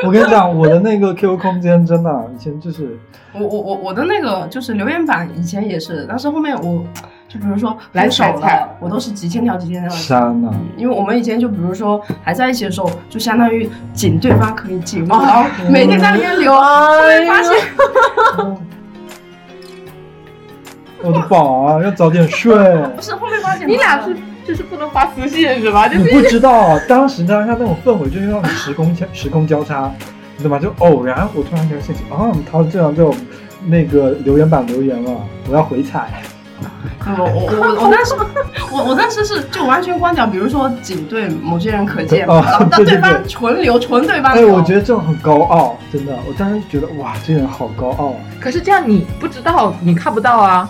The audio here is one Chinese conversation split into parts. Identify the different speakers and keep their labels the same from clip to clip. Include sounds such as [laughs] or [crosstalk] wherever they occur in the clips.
Speaker 1: [laughs] 我跟你讲，我的那个 QQ 空间真的以前就是
Speaker 2: 我我我我的那个就是留言板以前也是，但是后面我就比如说
Speaker 3: 来
Speaker 2: 分手
Speaker 3: 踩踩
Speaker 2: 了，我都是几千条几千条。
Speaker 1: 删了、
Speaker 2: 因为我们以前就比如说还在一起的时候，就相当于仅对方可以仅我，
Speaker 3: 哦
Speaker 2: 然后每天在那边留，后来发现
Speaker 1: 嗯我的宝啊，要早点
Speaker 3: [laughs]
Speaker 1: 睡。
Speaker 2: 不是，后面发现
Speaker 3: 你俩是就是不能发私信是吧？就
Speaker 1: 你不
Speaker 3: 是
Speaker 1: 知道，啊当时当下那种氛围就是让你时空交时空交叉，你懂吗？就偶然我突然给他信息，啊，他这样就那个留言板留言了，我要回
Speaker 3: [laughs]
Speaker 1: 踩。
Speaker 2: 我嗯我我我当时我我当时是就完全关掉，比如说仅对某些人可见嘛，
Speaker 1: 哦
Speaker 2: 然后但
Speaker 1: 对对
Speaker 2: 对方纯留纯对方
Speaker 1: 哎，
Speaker 2: 留。
Speaker 1: 我觉得这种很高傲，真的，我当时觉得哇，这人好高傲啊。
Speaker 3: 可是这样你不知道，你看不到啊。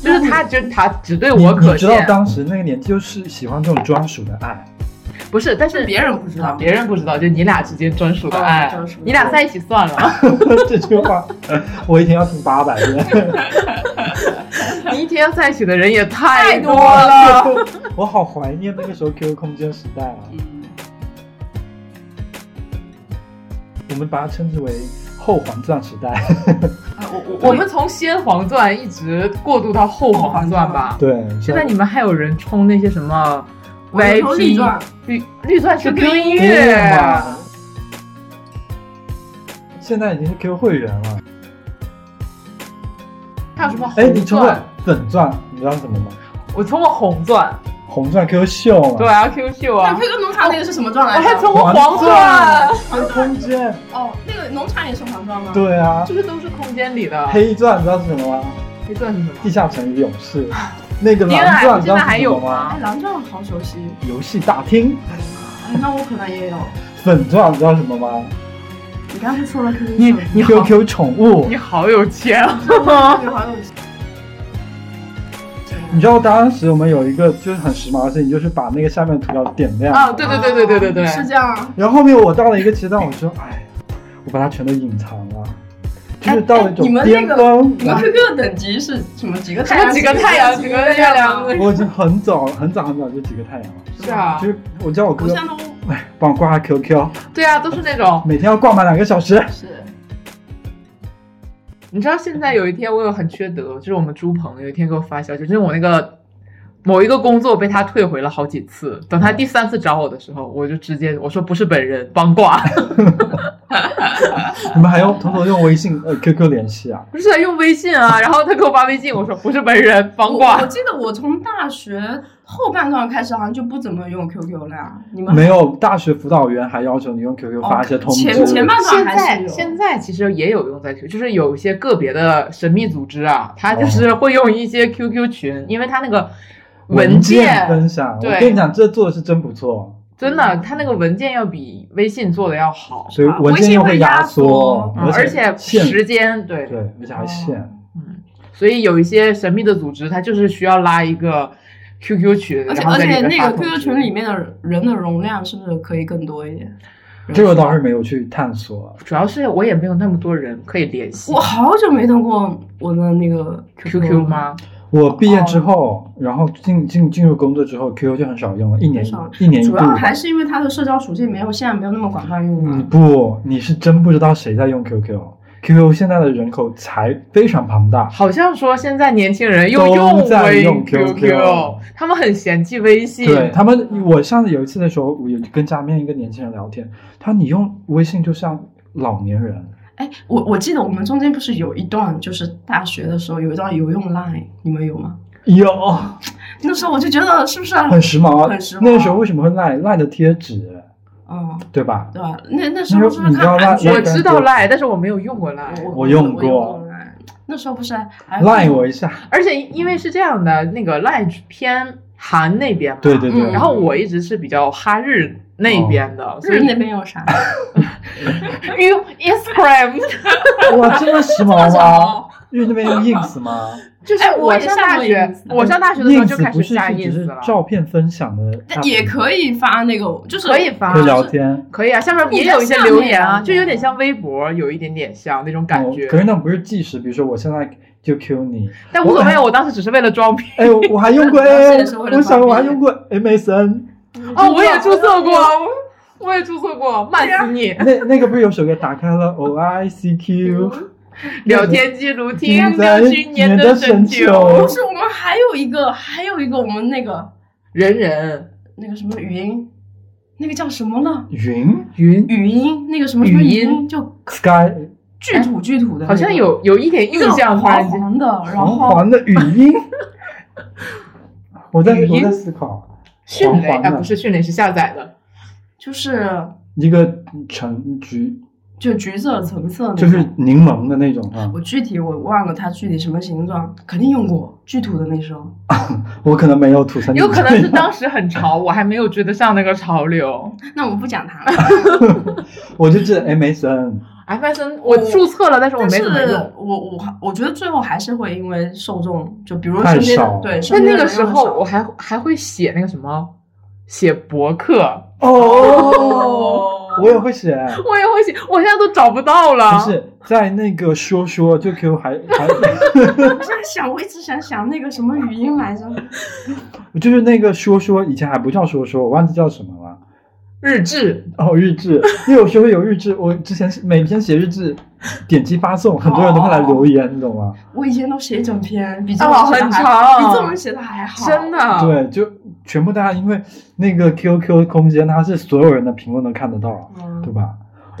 Speaker 3: 就是他只他只对
Speaker 1: 你
Speaker 3: 我
Speaker 1: 你
Speaker 3: 可
Speaker 1: 知道
Speaker 3: 见，
Speaker 1: 当时那个年纪就是喜欢这种专属的爱， [laughs]
Speaker 3: 不是，但是
Speaker 2: 别人不知道，
Speaker 3: 别人不知道，就你俩之间专属的
Speaker 2: 哦
Speaker 3: 爱
Speaker 2: 专属，的
Speaker 3: 你俩在一起算了，
Speaker 1: 这句话 [laughs] 我一天要听八百遍，
Speaker 3: 你一天要在一起的人也太多
Speaker 2: 太
Speaker 3: 了。
Speaker 1: [laughs] 我好怀念那个时候 QQ 空间时代啊。
Speaker 2: 嗯
Speaker 1: 我们把它称之为后黄钻时代。 [laughs]
Speaker 2: 啊我我
Speaker 3: 我们从先黄钻一直过渡到后黄钻吧。
Speaker 1: 对，
Speaker 3: 现在你们还有人充那些什么
Speaker 2: 我有时候
Speaker 3: VIP
Speaker 2: 绿钻
Speaker 3: 绿绿钻 QQ 音
Speaker 1: 音
Speaker 3: 乐
Speaker 1: 乐嘛，现在已经是 Q 会员了。
Speaker 3: 还有什么
Speaker 1: 哎，你
Speaker 3: 红
Speaker 1: 充过
Speaker 3: 钻？
Speaker 1: 粉钻，你知道是什么吗？
Speaker 3: 我充过红钻，
Speaker 1: 红钻 Q 秀嘛。
Speaker 3: 对啊，Q 秀
Speaker 2: 那
Speaker 3: 啊，
Speaker 2: 那个农场那个是什么钻
Speaker 3: 我
Speaker 2: 来
Speaker 3: 还
Speaker 2: 着？
Speaker 3: 充过黄钻，
Speaker 1: ，Q 空间。
Speaker 2: 哦，那个农场也是黄钻吗？
Speaker 1: 啊对啊，
Speaker 3: 就是都是空间里的。
Speaker 1: 黑钻你知道是什么吗？
Speaker 3: 黑钻是什么？
Speaker 1: 地下城与勇
Speaker 3: [laughs]
Speaker 1: 士。那个
Speaker 3: 天啊
Speaker 1: 蓝钻你
Speaker 3: 现
Speaker 1: 知
Speaker 3: 在
Speaker 1: 道是
Speaker 3: 还
Speaker 1: 什
Speaker 3: 有
Speaker 1: 么
Speaker 3: 吗
Speaker 2: 哎，？蓝钻好熟悉，
Speaker 1: 游戏大厅。
Speaker 2: 哎那我可能也有。
Speaker 1: 粉钻你知道什么吗
Speaker 2: 你刚才说了 QQ，
Speaker 3: 你你好
Speaker 1: ？QQ 宠物
Speaker 3: 你。好有钱啊！
Speaker 2: 你好有钱。
Speaker 1: 你知道当时我们有一个就是很时髦的事情，就是把那个下面的图标点亮。
Speaker 3: 啊对对对对对对对
Speaker 2: 是这样。啊
Speaker 1: 然后后面我到了一个阶段，我说，哎，我把它全都隐藏了，就是到了一种
Speaker 2: 哎哎你们那
Speaker 1: 巅
Speaker 2: 个
Speaker 1: 峰，
Speaker 2: 你们 QQ 的等级是什么？几个太
Speaker 3: 什么
Speaker 2: 阳？
Speaker 3: 几个太阳，几个月亮？
Speaker 2: 吗？
Speaker 1: 我已经很早很早很早就几个太阳了，
Speaker 3: 是啊
Speaker 1: 就，是我叫我
Speaker 2: 我
Speaker 1: 哥
Speaker 2: 现在都
Speaker 1: 帮我挂下 QQ，
Speaker 3: 对啊，都是那种。
Speaker 1: 每天要挂满两个小时。 [laughs]
Speaker 2: 是。
Speaker 3: 你知道现在有一天我有很缺德，就是我们猪朋有一天给我发消息，就是我那个某一个工作被他退回了好几次，等他第三次找我的时候，我就直接我说不是本人，帮挂， [laughs]
Speaker 1: 你们还用偷偷用微信呃 QQ 联系啊？
Speaker 3: 不是用微信啊，然后他给我发微信，我说不是本人，帮
Speaker 2: 我我
Speaker 3: 挂。
Speaker 2: 记得我从大学后半段开始，好像就不怎么用 QQ 了呀。你们
Speaker 1: 没有，大学辅导员还要求你用 QQ 发一些通知。
Speaker 2: 哦前前半段
Speaker 3: 现
Speaker 2: 还是
Speaker 3: 在
Speaker 2: 有。
Speaker 3: 现在其实也有用在 Q，就是有一些个别的神秘组织啊，他
Speaker 1: 哦
Speaker 3: 就是会用一些 QQ 群，因为他那个
Speaker 1: 文
Speaker 3: 件
Speaker 1: 件分享，
Speaker 3: 对
Speaker 1: 我跟你讲，这做的是真不错，
Speaker 3: 真的，他那个文件要比微信做的要好。
Speaker 1: 所以文件又会压缩
Speaker 2: 啊，
Speaker 3: 嗯，而且
Speaker 1: 限
Speaker 3: 时间对，
Speaker 1: 对，而且还限。
Speaker 3: 嗯，所以有一些神秘的组织，它就是需要拉一个 QQ 群，
Speaker 2: 而且
Speaker 3: 然后
Speaker 2: 而
Speaker 3: 在
Speaker 2: 且
Speaker 3: 里面
Speaker 2: 那
Speaker 3: 发
Speaker 2: 个
Speaker 3: 通知
Speaker 2: QQ 群里面的人的容量是不是可以更多一点？
Speaker 1: 这个倒是没有去探索，
Speaker 3: 主要是我也没有那么多人可以联系
Speaker 2: 我好久没登过我的那个
Speaker 3: QQ？吗？
Speaker 1: 我毕业之后，然后进进进入工作之后，QQ 就很少用了，一年
Speaker 2: 哦很少
Speaker 1: 一年一
Speaker 2: 主
Speaker 1: 度
Speaker 2: 要。还是因为它的社交属性没有现在没有那么广泛用
Speaker 1: 你
Speaker 2: 了。
Speaker 1: 嗯不，你是真不知道谁在用 QQ。QQ 现在的人口才非常庞大，
Speaker 3: 好像说现在年轻人又
Speaker 1: 都在
Speaker 3: 微
Speaker 1: 用
Speaker 3: QQ，他们很嫌弃微信。
Speaker 1: 对他们，我上次有一次的时候，我有跟家里面一个年轻人聊天，他说你用微信就像老年人，
Speaker 2: 哎，我我记得我们中间不是有一段，就是大学的时候有一段有用 Line，你们有吗？
Speaker 1: 有
Speaker 2: 那时候我就觉得是不是
Speaker 1: 很时髦啊，
Speaker 2: [laughs] 很时髦
Speaker 1: 那个时候为什么会赖赖的贴纸，
Speaker 2: 嗯，对
Speaker 1: 对吧？
Speaker 2: 吧？那那时候是不
Speaker 1: 你
Speaker 2: 是
Speaker 1: 知道
Speaker 2: 看韩剧？啊
Speaker 1: Line-
Speaker 3: 我知道赖，但是我没有用过赖。
Speaker 1: 我用过
Speaker 2: 过 Line，那时候不是还
Speaker 1: 赖我一下，
Speaker 3: 而且因为是这样的，那个赖偏韩那边嘛，
Speaker 1: 对对哦对。
Speaker 2: 嗯
Speaker 3: 然后我一直是比较哈日那边的，所
Speaker 2: 日
Speaker 3: 以
Speaker 2: 那边有啥？
Speaker 3: 用 [laughs] Instagram
Speaker 1: 哇，这么时
Speaker 2: [laughs]
Speaker 1: 髦吗？
Speaker 2: 哦
Speaker 1: 因为那边用 ins 吗？
Speaker 3: 就是
Speaker 2: 哎我
Speaker 3: 我
Speaker 2: 也
Speaker 3: 上
Speaker 2: 上
Speaker 3: 大
Speaker 2: 过
Speaker 3: 学
Speaker 2: ins，
Speaker 3: 嗯我上大学的时候就开
Speaker 1: ins 不
Speaker 3: 始
Speaker 1: 是
Speaker 3: 下
Speaker 1: 是只
Speaker 3: ins
Speaker 1: 是
Speaker 3: 了，
Speaker 1: 照片分享的，
Speaker 2: 但也可
Speaker 1: 以，
Speaker 2: 以发那个，就是
Speaker 3: 可以发
Speaker 1: 可以聊天。
Speaker 3: 可以啊，下面也有一些留言啊，就有点像微博，有一点点像那种感觉
Speaker 1: 哦，可，是那种不是计时，比如说我现在就 Q 你，
Speaker 3: 但无所谓，我当时只是为了装逼
Speaker 1: 哎，我
Speaker 3: [laughs]
Speaker 1: 我还用过
Speaker 2: 我现
Speaker 1: A，
Speaker 2: 在是为了
Speaker 1: 我想
Speaker 2: 装逼
Speaker 1: 我还用过 MSN，
Speaker 3: 哦，我也注册过，啊我也注册过，慢死你！
Speaker 1: 那那个不是有首歌打开了 O I C
Speaker 3: [laughs]
Speaker 1: Q，
Speaker 3: 聊嗯天记
Speaker 1: [laughs]
Speaker 3: 录，听
Speaker 1: 在
Speaker 3: 着去年
Speaker 1: 的
Speaker 3: 深
Speaker 1: 秋
Speaker 2: 不。是，我们还有一个，还有一个我们那个
Speaker 3: 人人
Speaker 2: 那个什么语音，那个叫什么呢？
Speaker 1: 云
Speaker 3: 云
Speaker 2: 语音那个什么什么
Speaker 3: 语
Speaker 2: 语
Speaker 3: 音
Speaker 2: 音，就
Speaker 1: sky 哎
Speaker 2: 巨土巨土的那个，
Speaker 3: 好像有有一点印
Speaker 2: 这
Speaker 3: 象，
Speaker 2: 种
Speaker 3: 突 [laughs] 然
Speaker 2: 黄
Speaker 3: 间
Speaker 2: 黄的，然
Speaker 1: 黄
Speaker 2: 后
Speaker 1: 黄的语
Speaker 3: [laughs]
Speaker 1: 音。我在
Speaker 3: 语
Speaker 1: 我
Speaker 3: 音
Speaker 1: 在思考，
Speaker 3: 迅雷
Speaker 1: 黄黄
Speaker 3: 啊，
Speaker 1: 的
Speaker 3: 不是迅雷，是下载的，
Speaker 2: 就是
Speaker 1: 一个橙橘
Speaker 2: 就橘色、橙色那种。
Speaker 3: 嗯
Speaker 1: 就是柠檬的那种啊，
Speaker 2: 我具体我忘了它具体什么形状，肯定用过巨土的那时候。
Speaker 1: 我可能没有土生
Speaker 3: 有可能是
Speaker 1: 土长
Speaker 3: 当时很潮，我还没有追得上那个潮流。
Speaker 2: 那我们不讲它了，
Speaker 1: 我就记得 MSN，
Speaker 3: MSN 我注册了，但是我
Speaker 2: 但
Speaker 3: 没
Speaker 2: 是
Speaker 3: 怎么用。
Speaker 2: 我我我觉得最后还是会因为受众，就比如
Speaker 1: 太
Speaker 2: 身边
Speaker 1: 少
Speaker 2: 的对，
Speaker 3: 但
Speaker 2: 身
Speaker 3: 那
Speaker 2: 边
Speaker 3: 个
Speaker 2: 的
Speaker 3: 时
Speaker 2: 人
Speaker 3: 候
Speaker 2: 很少
Speaker 3: 我还还会写那个什么，写博客，
Speaker 1: 哦，我也会写，
Speaker 3: 我也会写，我现在都找不到了。
Speaker 1: 不是在那个说说 QQ 还 [laughs] 还，
Speaker 2: 我现在想，我一直想想那个什么语音来着，
Speaker 1: 就是那个说说以前还不叫说说，我忘记叫什么了。
Speaker 3: 日志，
Speaker 1: 哦，日志，因为有时候有日志，我之前是每天写日志，点击发送，很多人都会来留言，你懂吗？
Speaker 2: 我以前都写一整篇，比作
Speaker 3: 哦，
Speaker 2: 文写
Speaker 3: 很
Speaker 2: 的还
Speaker 3: 长，
Speaker 2: 比作文写的还好，
Speaker 3: 真的。，
Speaker 1: 对，就全部大家因为那个 QQ 空间，它是所有人的评论都看得到，对
Speaker 2: 嗯，
Speaker 1: 吧？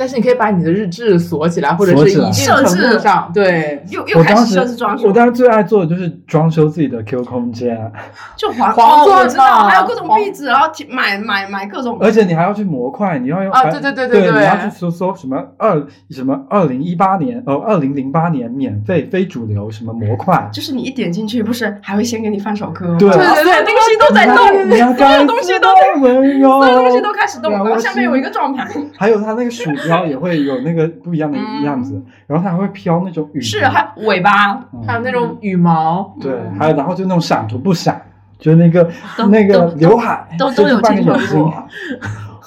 Speaker 3: 但是你可以把你的日志锁起来，或者
Speaker 1: 锁
Speaker 3: 是一
Speaker 1: 起来
Speaker 3: 定程度上，对，
Speaker 2: 又又
Speaker 1: 我
Speaker 2: 开
Speaker 1: 当
Speaker 2: 始
Speaker 1: 时
Speaker 2: 设置装修
Speaker 1: 我，当时最爱做的就是装修自己的 Q 空间，
Speaker 2: 就黄
Speaker 3: 黄
Speaker 2: 哦
Speaker 3: 钻
Speaker 2: 我知道，
Speaker 3: 嘛
Speaker 2: 还有各种
Speaker 3: 黄
Speaker 2: 壁纸，然后贴买买买各种，
Speaker 1: 而且你还要去模块，你要
Speaker 2: 哦
Speaker 1: 用
Speaker 3: 啊
Speaker 1: 还
Speaker 3: 对对对
Speaker 1: 对
Speaker 3: 对对
Speaker 1: 你要去搜搜什么二什么二零一八年哦二零零八年免费非主流什么模块，
Speaker 2: 就是你一点进去，不是还会先给你放首歌吗？
Speaker 1: 对
Speaker 2: 所
Speaker 3: 对对
Speaker 2: 有
Speaker 3: 对
Speaker 2: 东西都在动，
Speaker 1: 你要
Speaker 2: [laughs] 所有东西都在，
Speaker 1: 温柔，
Speaker 2: [laughs] 所有东西都开始动，
Speaker 1: 然
Speaker 2: 然
Speaker 1: 后
Speaker 2: 后下面有一个转盘，
Speaker 1: 还有它那个鼠标也会有那个不一样的
Speaker 2: 嗯
Speaker 1: 样子，然后它还会飘那种雨，
Speaker 2: 是还尾巴，
Speaker 1: 嗯
Speaker 3: 还有那种羽毛，
Speaker 1: 对，
Speaker 2: 嗯
Speaker 1: 还有然后就那种闪图不闪，就是那个
Speaker 2: 都
Speaker 1: 那个
Speaker 2: 都
Speaker 1: 刘海
Speaker 2: 都
Speaker 1: 就
Speaker 2: 都有
Speaker 1: 是半个
Speaker 2: 听说
Speaker 1: 眼睛
Speaker 2: 过
Speaker 1: 海。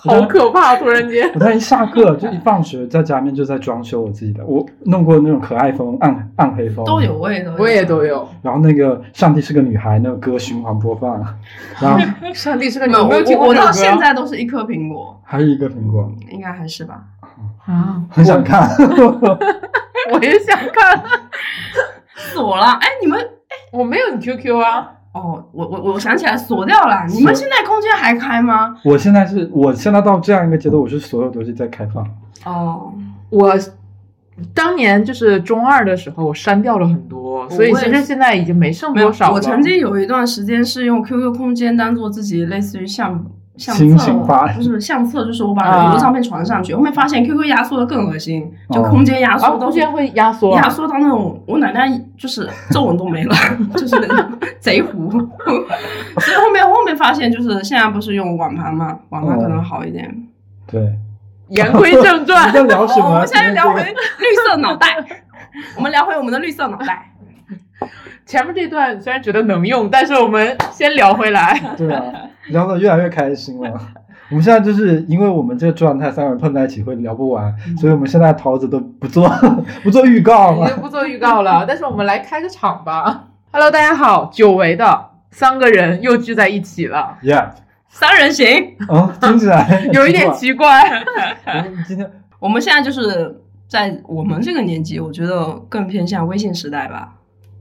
Speaker 3: 好可怕！突然间，
Speaker 1: 我当时一下课就一放学，在家里面就在装修我自己的，我弄过那种可爱风、暗暗黑风，
Speaker 2: 都有。味的。
Speaker 3: 我也都有。
Speaker 1: 然后那个上帝是个女孩那个歌循环播放，
Speaker 2: [laughs]
Speaker 1: 然后
Speaker 3: 上帝是个
Speaker 2: 没
Speaker 3: 你
Speaker 2: 有，
Speaker 3: 有没有听
Speaker 2: 我
Speaker 3: 过
Speaker 2: 我
Speaker 3: 这首
Speaker 2: 到
Speaker 3: 歌
Speaker 2: 现在都是一颗苹果，
Speaker 1: 还有一个苹果，
Speaker 2: 应该还是吧。
Speaker 3: 啊？ [laughs]
Speaker 1: 很想看。 [laughs]
Speaker 3: 我，我也想看。
Speaker 2: 锁了，哎，你们
Speaker 3: 我没有你 QQ 啊，
Speaker 2: 哦，我我我想起来锁掉了。
Speaker 1: 是
Speaker 2: 你们现在空间还开吗？
Speaker 1: 我现在是我现在到这样一个阶段，我是所有东西在开放。
Speaker 2: 哦，
Speaker 3: 我当年就是中二的时候，我删掉了很多，所以
Speaker 2: 我也
Speaker 3: 其
Speaker 2: 是
Speaker 3: 实现在已经没剩
Speaker 2: 没有
Speaker 3: 多少，了。
Speaker 2: 我曾经有一段时间是用 QQ 空间当做自己类似于相相
Speaker 1: 心
Speaker 2: 册
Speaker 1: 情发，
Speaker 2: 不是相册，就是我把很
Speaker 3: 啊
Speaker 2: 多照片传上去，后面发现 QQ 压缩的更恶心，就
Speaker 1: 哦
Speaker 2: 空间压
Speaker 3: 啊，
Speaker 2: 缩
Speaker 3: 空
Speaker 2: 都
Speaker 3: 间会压缩，啊
Speaker 2: 压缩到那种，我奶奶就是皱纹都没了， [laughs] 就是那种贼糊。所以后面后面发现，就是现在不是用网盘嘛，网盘可能好一点。 [laughs]
Speaker 1: 对，
Speaker 3: 言归正
Speaker 1: 你
Speaker 3: [laughs] 传，
Speaker 1: 在聊什
Speaker 2: 哦我
Speaker 1: 么？
Speaker 2: 们现在聊回绿色脑袋，我们聊回我们的绿色脑袋。
Speaker 3: 前面这段虽然觉得能用，但是我们先聊回 [laughs] 来。
Speaker 1: 对啊，聊得越来越开心了。我们现在就是因为我们这个状态，三个人碰在一起会聊不完，
Speaker 2: 嗯
Speaker 1: 所以我们现在桃子都不做 [laughs] 不做预告
Speaker 3: 已
Speaker 1: 了。
Speaker 2: [laughs]
Speaker 3: 经不做预告了， [laughs] 但是我们来开个场吧。Hello，大家好，久违的三个人又聚在一起了，
Speaker 1: Yeah，
Speaker 2: 三人行，
Speaker 1: 嗯，听起来
Speaker 3: [laughs] 有一点
Speaker 1: 奇
Speaker 3: 奇怪。
Speaker 1: 怪。我们今天
Speaker 2: 我们现在就是在我们这个年纪，我觉得更偏向微信时代吧。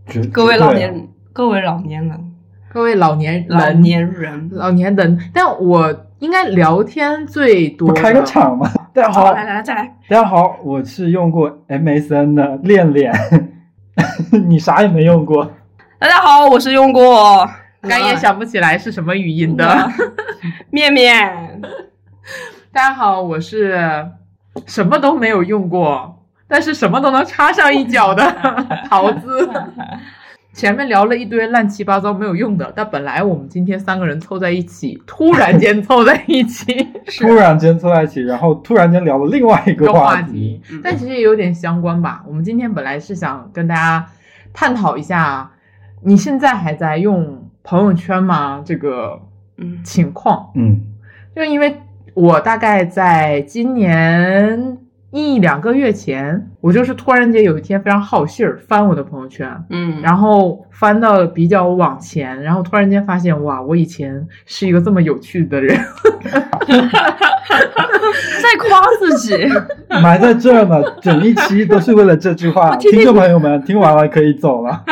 Speaker 1: 绝
Speaker 2: 各位老，
Speaker 1: 绝对啊
Speaker 2: 年，各位老年人，
Speaker 3: [laughs] 各位老年人，
Speaker 2: 老年人，
Speaker 3: 老年人，但我应该聊天最多
Speaker 1: 不
Speaker 3: 的。
Speaker 1: 开个场吗？大家
Speaker 2: 好，
Speaker 1: 好，
Speaker 2: 来来来，再来。
Speaker 1: 大家好，我是用过 MSN 的恋恋， [laughs] 你啥也没用过，
Speaker 2: 大家好，我是用过嗯
Speaker 3: 干也想不起来是什么语音的。
Speaker 2: 面面。
Speaker 3: [laughs] 大家好，我是什么都没有用过，但是什么都能插上一脚的桃子。前面聊了一堆乱七八糟没有用的，但本来我们今天三个人凑在一起，突然间凑在一起
Speaker 1: 突然间凑在一起，然后突然间聊了另外一
Speaker 3: 一
Speaker 1: 个
Speaker 3: 个话
Speaker 1: 题
Speaker 3: 题，
Speaker 2: 嗯
Speaker 3: 但其实也有点相关吧。我们今天本来是想跟大家探讨一下，你现在还在用朋友圈吗？这个
Speaker 2: 嗯，
Speaker 3: 情况，
Speaker 1: 嗯，
Speaker 3: 就是因为我大概在今年一两个月前，我就是突然间有一天非常好信儿，翻我的朋友圈，
Speaker 2: 嗯，
Speaker 3: 然后翻到比较往前，然后突然间发现，哇，我以前是一个这么有趣的人， [laughs]
Speaker 2: 在夸自
Speaker 1: [laughs]
Speaker 2: 己，
Speaker 1: 埋在这儿呢，整一期都是为了这句话。
Speaker 2: 我天天
Speaker 1: 听众朋友们，听完了可以走
Speaker 2: [laughs]
Speaker 1: 了。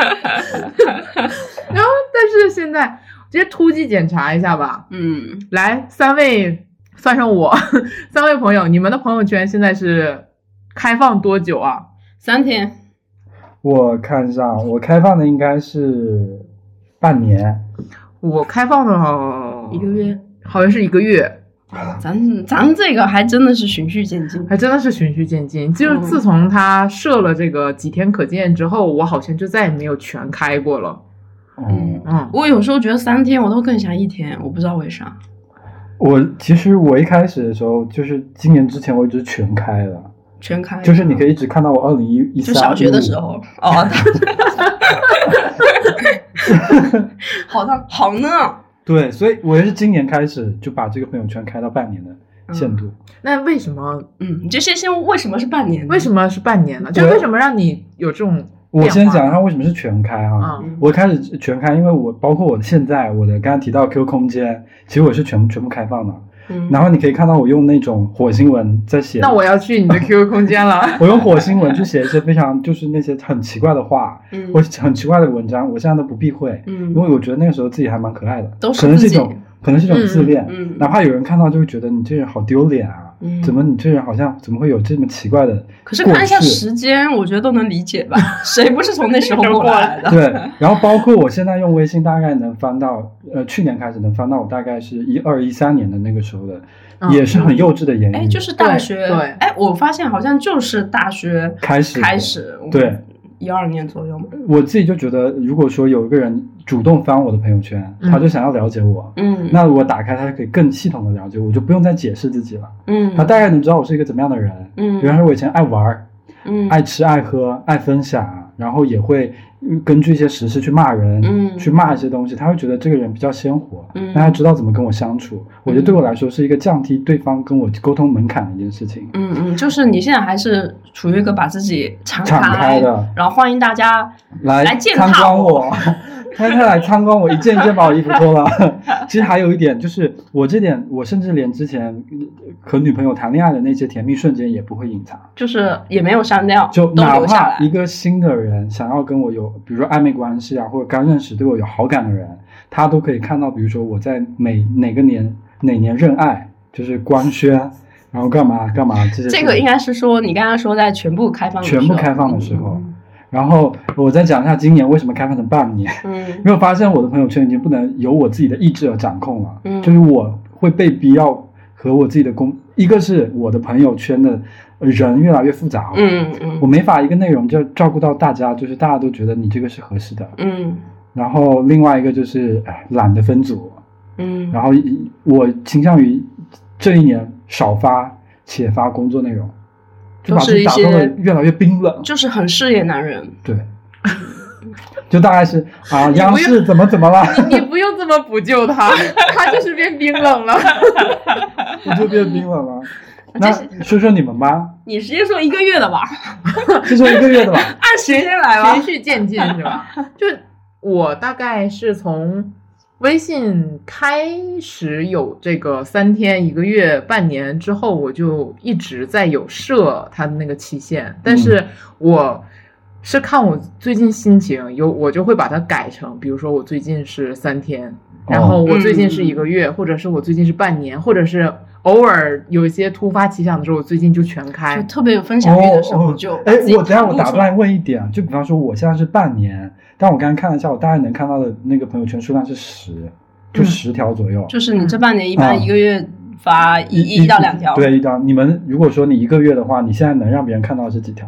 Speaker 3: 但是现在直接突击检查一下吧，
Speaker 2: 嗯，
Speaker 3: 来，三位算上我， [laughs] 三位朋友，你们的朋友圈现在是开放多久啊？
Speaker 2: 三天，
Speaker 1: 我看一下，我开放的应该是半年，
Speaker 3: 我开放的好
Speaker 2: 一个，月，
Speaker 3: 好像是一个月，
Speaker 2: 咱咱这个还真的是循序渐进，
Speaker 3: 还真的是循序渐进。就是
Speaker 2: 嗯
Speaker 3: 自从他设了这个几天可见之后，我好像就再也没有全开过了。
Speaker 1: 嗯，
Speaker 3: 嗯，
Speaker 2: 我有时候觉得三天我都更想一天，我不知道为啥。
Speaker 1: 我其实我一开始的时候，就是今年之前我一直全开了，
Speaker 2: 全开，
Speaker 1: 就是你可以一直看到我二零一一
Speaker 2: 哎就
Speaker 1: 三
Speaker 2: 小学的时，候哦， [laughs] 好的，好呢，
Speaker 1: 对，所以我也是今年开始就把这个朋友圈开到半年的限度。
Speaker 3: 那为什么
Speaker 2: 嗯，你这些先为什么是半年呢？
Speaker 3: 为什么是半年呢？就
Speaker 1: 对
Speaker 3: 为什么让你有这种
Speaker 1: 我先讲一
Speaker 3: 变化
Speaker 1: 下为什么是全开哈、
Speaker 3: 啊？
Speaker 2: 嗯
Speaker 1: 我开始全开，因为我包括我现在我的刚才提到 Q 空间，其实我是全全部开放的。
Speaker 2: 嗯？
Speaker 1: 然后你可以看到我用那种火星文在写，
Speaker 3: 那我要去你的 QQ 空间了。 [laughs]
Speaker 1: 我用火星文去写一些非常就是那些很奇怪的话，
Speaker 2: 嗯
Speaker 1: 或者很奇怪的文章，我现在都不避讳，因
Speaker 2: 嗯
Speaker 1: 为我觉得那个时候自己还蛮可爱的，
Speaker 2: 都是
Speaker 1: 可能是一
Speaker 2: 自己
Speaker 1: 种可能是一种自恋，
Speaker 2: 嗯
Speaker 1: 哪怕有人看到就会觉得你这人好丢脸啊，
Speaker 2: 嗯，
Speaker 1: 怎么你这人好像怎么会有这么奇怪的？
Speaker 2: 可是看一下
Speaker 1: 过去
Speaker 2: 时间，我觉得都能理解吧？谁不是从那时候过
Speaker 1: [laughs]
Speaker 2: 来的？
Speaker 1: 对，然后包括我现在用微信，大概能翻到，呃，去年开始能翻到我大概是一二一三年的那个时候的，
Speaker 3: 嗯
Speaker 1: 也是很幼稚的言语，
Speaker 2: 哎，就是大学，
Speaker 3: 对对
Speaker 2: 哎，我发现好像就是大学
Speaker 1: 开始
Speaker 2: 开始，
Speaker 1: 对，
Speaker 2: 一二年左右嘛，
Speaker 1: 我自己就觉得，如果说有一个人主动翻我的朋友圈，
Speaker 3: 嗯
Speaker 1: 他就想要了解我，
Speaker 2: 嗯，
Speaker 1: 那我打开他可以更系统的了解我，就不用再解释自己了。
Speaker 2: 嗯
Speaker 1: 他大概能知道我是一个怎么样的人。
Speaker 2: 嗯
Speaker 1: 比方说，我以前爱玩儿、
Speaker 2: 嗯
Speaker 1: 爱吃、爱喝、爱分享，然后也会嗯根据一些时事去骂人，
Speaker 2: 嗯
Speaker 1: 去骂一些东西，他会觉得这个人比较鲜活，
Speaker 2: 嗯
Speaker 1: 那他知道怎么跟我相处。我觉得对我来说是一个降低对方跟我沟通门槛的一件事情。
Speaker 2: 嗯嗯，就是你现在还是处于一个把自己敞
Speaker 1: 敞开的
Speaker 2: 然后欢迎大家，
Speaker 1: 来
Speaker 2: 来践踏
Speaker 1: 参观
Speaker 2: 我 [laughs]
Speaker 1: 我，他他来参观我，一件一件把我衣服脱了。 [laughs] 其实还有一点就是，我这点我甚至连之前呃和女朋友谈恋爱的那些甜蜜瞬间也不会隐藏，
Speaker 2: 就是也没有删掉，
Speaker 1: 就
Speaker 2: 都
Speaker 1: 哪
Speaker 2: 留下
Speaker 1: 怕
Speaker 2: 来
Speaker 1: 一。个新的人想要跟我有，比如说暧昧关系啊，或者刚认识对我有好感的人，他都可以看到，比如说我在每哪个年哪年认爱，就是官宣，然后干嘛干嘛这些事情。
Speaker 2: 这个应该是说你刚刚说在全部开放的时候，
Speaker 1: 全部开放的时候。然后我再讲一下今年为什么开放成半年。
Speaker 2: 嗯，
Speaker 1: 因为我发现我的朋友圈已经不能由我自己的意志而掌控了，
Speaker 2: 嗯
Speaker 1: 就是我会被逼要和我自己的工，一个是我的朋友圈的呃人越来越复杂，哦
Speaker 2: 嗯嗯
Speaker 1: 我
Speaker 2: 嗯
Speaker 1: 没法一个内容就照顾到大家，就是大家都觉得你这个是合适的。
Speaker 2: 嗯
Speaker 1: 然后另外一个就是哎懒得分组，
Speaker 2: 嗯，
Speaker 1: 然后一我倾向于这一年少发且发工作内容，就把
Speaker 2: 都
Speaker 1: 自
Speaker 2: 是
Speaker 1: 己
Speaker 2: 一
Speaker 1: 打
Speaker 2: 些
Speaker 1: 造的越来越冰冷，
Speaker 2: 就是很事业男人，
Speaker 1: 对。 [laughs] 就大概是啊，央
Speaker 3: 不
Speaker 1: 视怎么怎么
Speaker 2: [laughs]
Speaker 1: 了？
Speaker 3: 你不用这么补救他，他就是变冰冷了。
Speaker 1: 你就变冰冷
Speaker 2: [laughs]
Speaker 1: 了。那说说你们吧，
Speaker 2: 你直接说一个月的吧，
Speaker 1: 就说一个月的
Speaker 2: [laughs]
Speaker 1: 吧。
Speaker 2: 按时间来
Speaker 3: 循
Speaker 2: 吧。
Speaker 3: 序渐进是吧？就我大概是从微信开始有这个三天、一个月、半年之后，我就一直在有设它的那个期限，但是我。是看我最近心情，有我就会把它改成，比如说我最近是三天，然后我最近是一个月，或者是我最近是半年，或者是偶尔有一些突发奇想的时候，我最近就全开。
Speaker 2: 就特别有分享欲的时候，就
Speaker 1: 哎，
Speaker 2: 自己
Speaker 1: 我等下
Speaker 2: 录
Speaker 1: 我
Speaker 2: 出
Speaker 1: 打
Speaker 2: 来
Speaker 1: 断问一点，啊就比方说我现在是半年，但我刚刚看了一下，我大概能看到的那个朋友圈数量是十，就
Speaker 3: 嗯
Speaker 1: 十条左右。
Speaker 2: 就是你这半年一般
Speaker 1: 嗯
Speaker 2: 一个月发一一到两条，
Speaker 1: 对，一到你们如果说你一个月的话，你现在能让别人看到的是几条？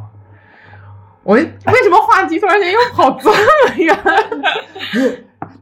Speaker 3: 我为什么话题突然间又跑这么远？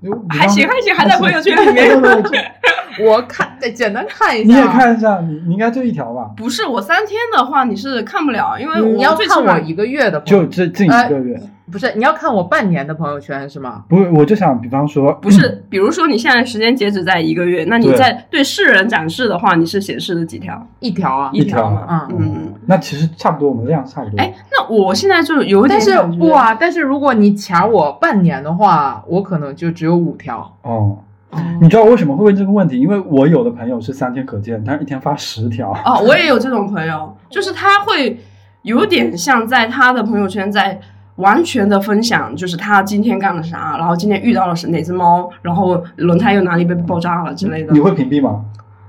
Speaker 1: 如果
Speaker 2: [laughs] 还行还行还在朋友圈
Speaker 1: [laughs]
Speaker 2: 里。
Speaker 1: 你
Speaker 2: 面 [laughs]
Speaker 1: 刚对对对
Speaker 3: 我看得简单看一下，啊
Speaker 1: 你也，看一下，你你应该就一条吧，
Speaker 2: 不是我三天的话你是看不了，因为
Speaker 3: 你
Speaker 2: 嗯我
Speaker 3: 要
Speaker 2: 最
Speaker 3: 看
Speaker 2: 起码
Speaker 3: 我一个月的
Speaker 2: 呃
Speaker 3: 吧
Speaker 1: 就这近一个月，
Speaker 3: 不是你要看我半年的朋友圈是吗？
Speaker 1: 不是，我就想，比方说，
Speaker 2: 不是，比如说你现在时间截止在一个月，那你
Speaker 1: 对
Speaker 2: 在对世人展示的话，你是显示的几条？
Speaker 3: 一条啊，
Speaker 1: 一条
Speaker 2: 条嘛，
Speaker 3: 嗯
Speaker 2: 嗯。
Speaker 1: 那其实差不多，我们量差不多。
Speaker 2: 哎，那我现在就有点
Speaker 3: 但是
Speaker 2: 感觉
Speaker 3: 不，啊，但是如果你抢我半年的话，我可能就只有五条。
Speaker 1: 哦，
Speaker 2: 哦
Speaker 1: 你知道我为什么会问这个问题？因为我有的朋友是三天可见，但是一天发十条。
Speaker 2: 哦，我也有这种朋友，就是他会有点像在他的朋友圈在完全的分享，就是他今天干了啥，然后今天遇到了是哪只猫，然后轮胎又哪里被爆炸了之类的
Speaker 1: 你。会屏蔽吗？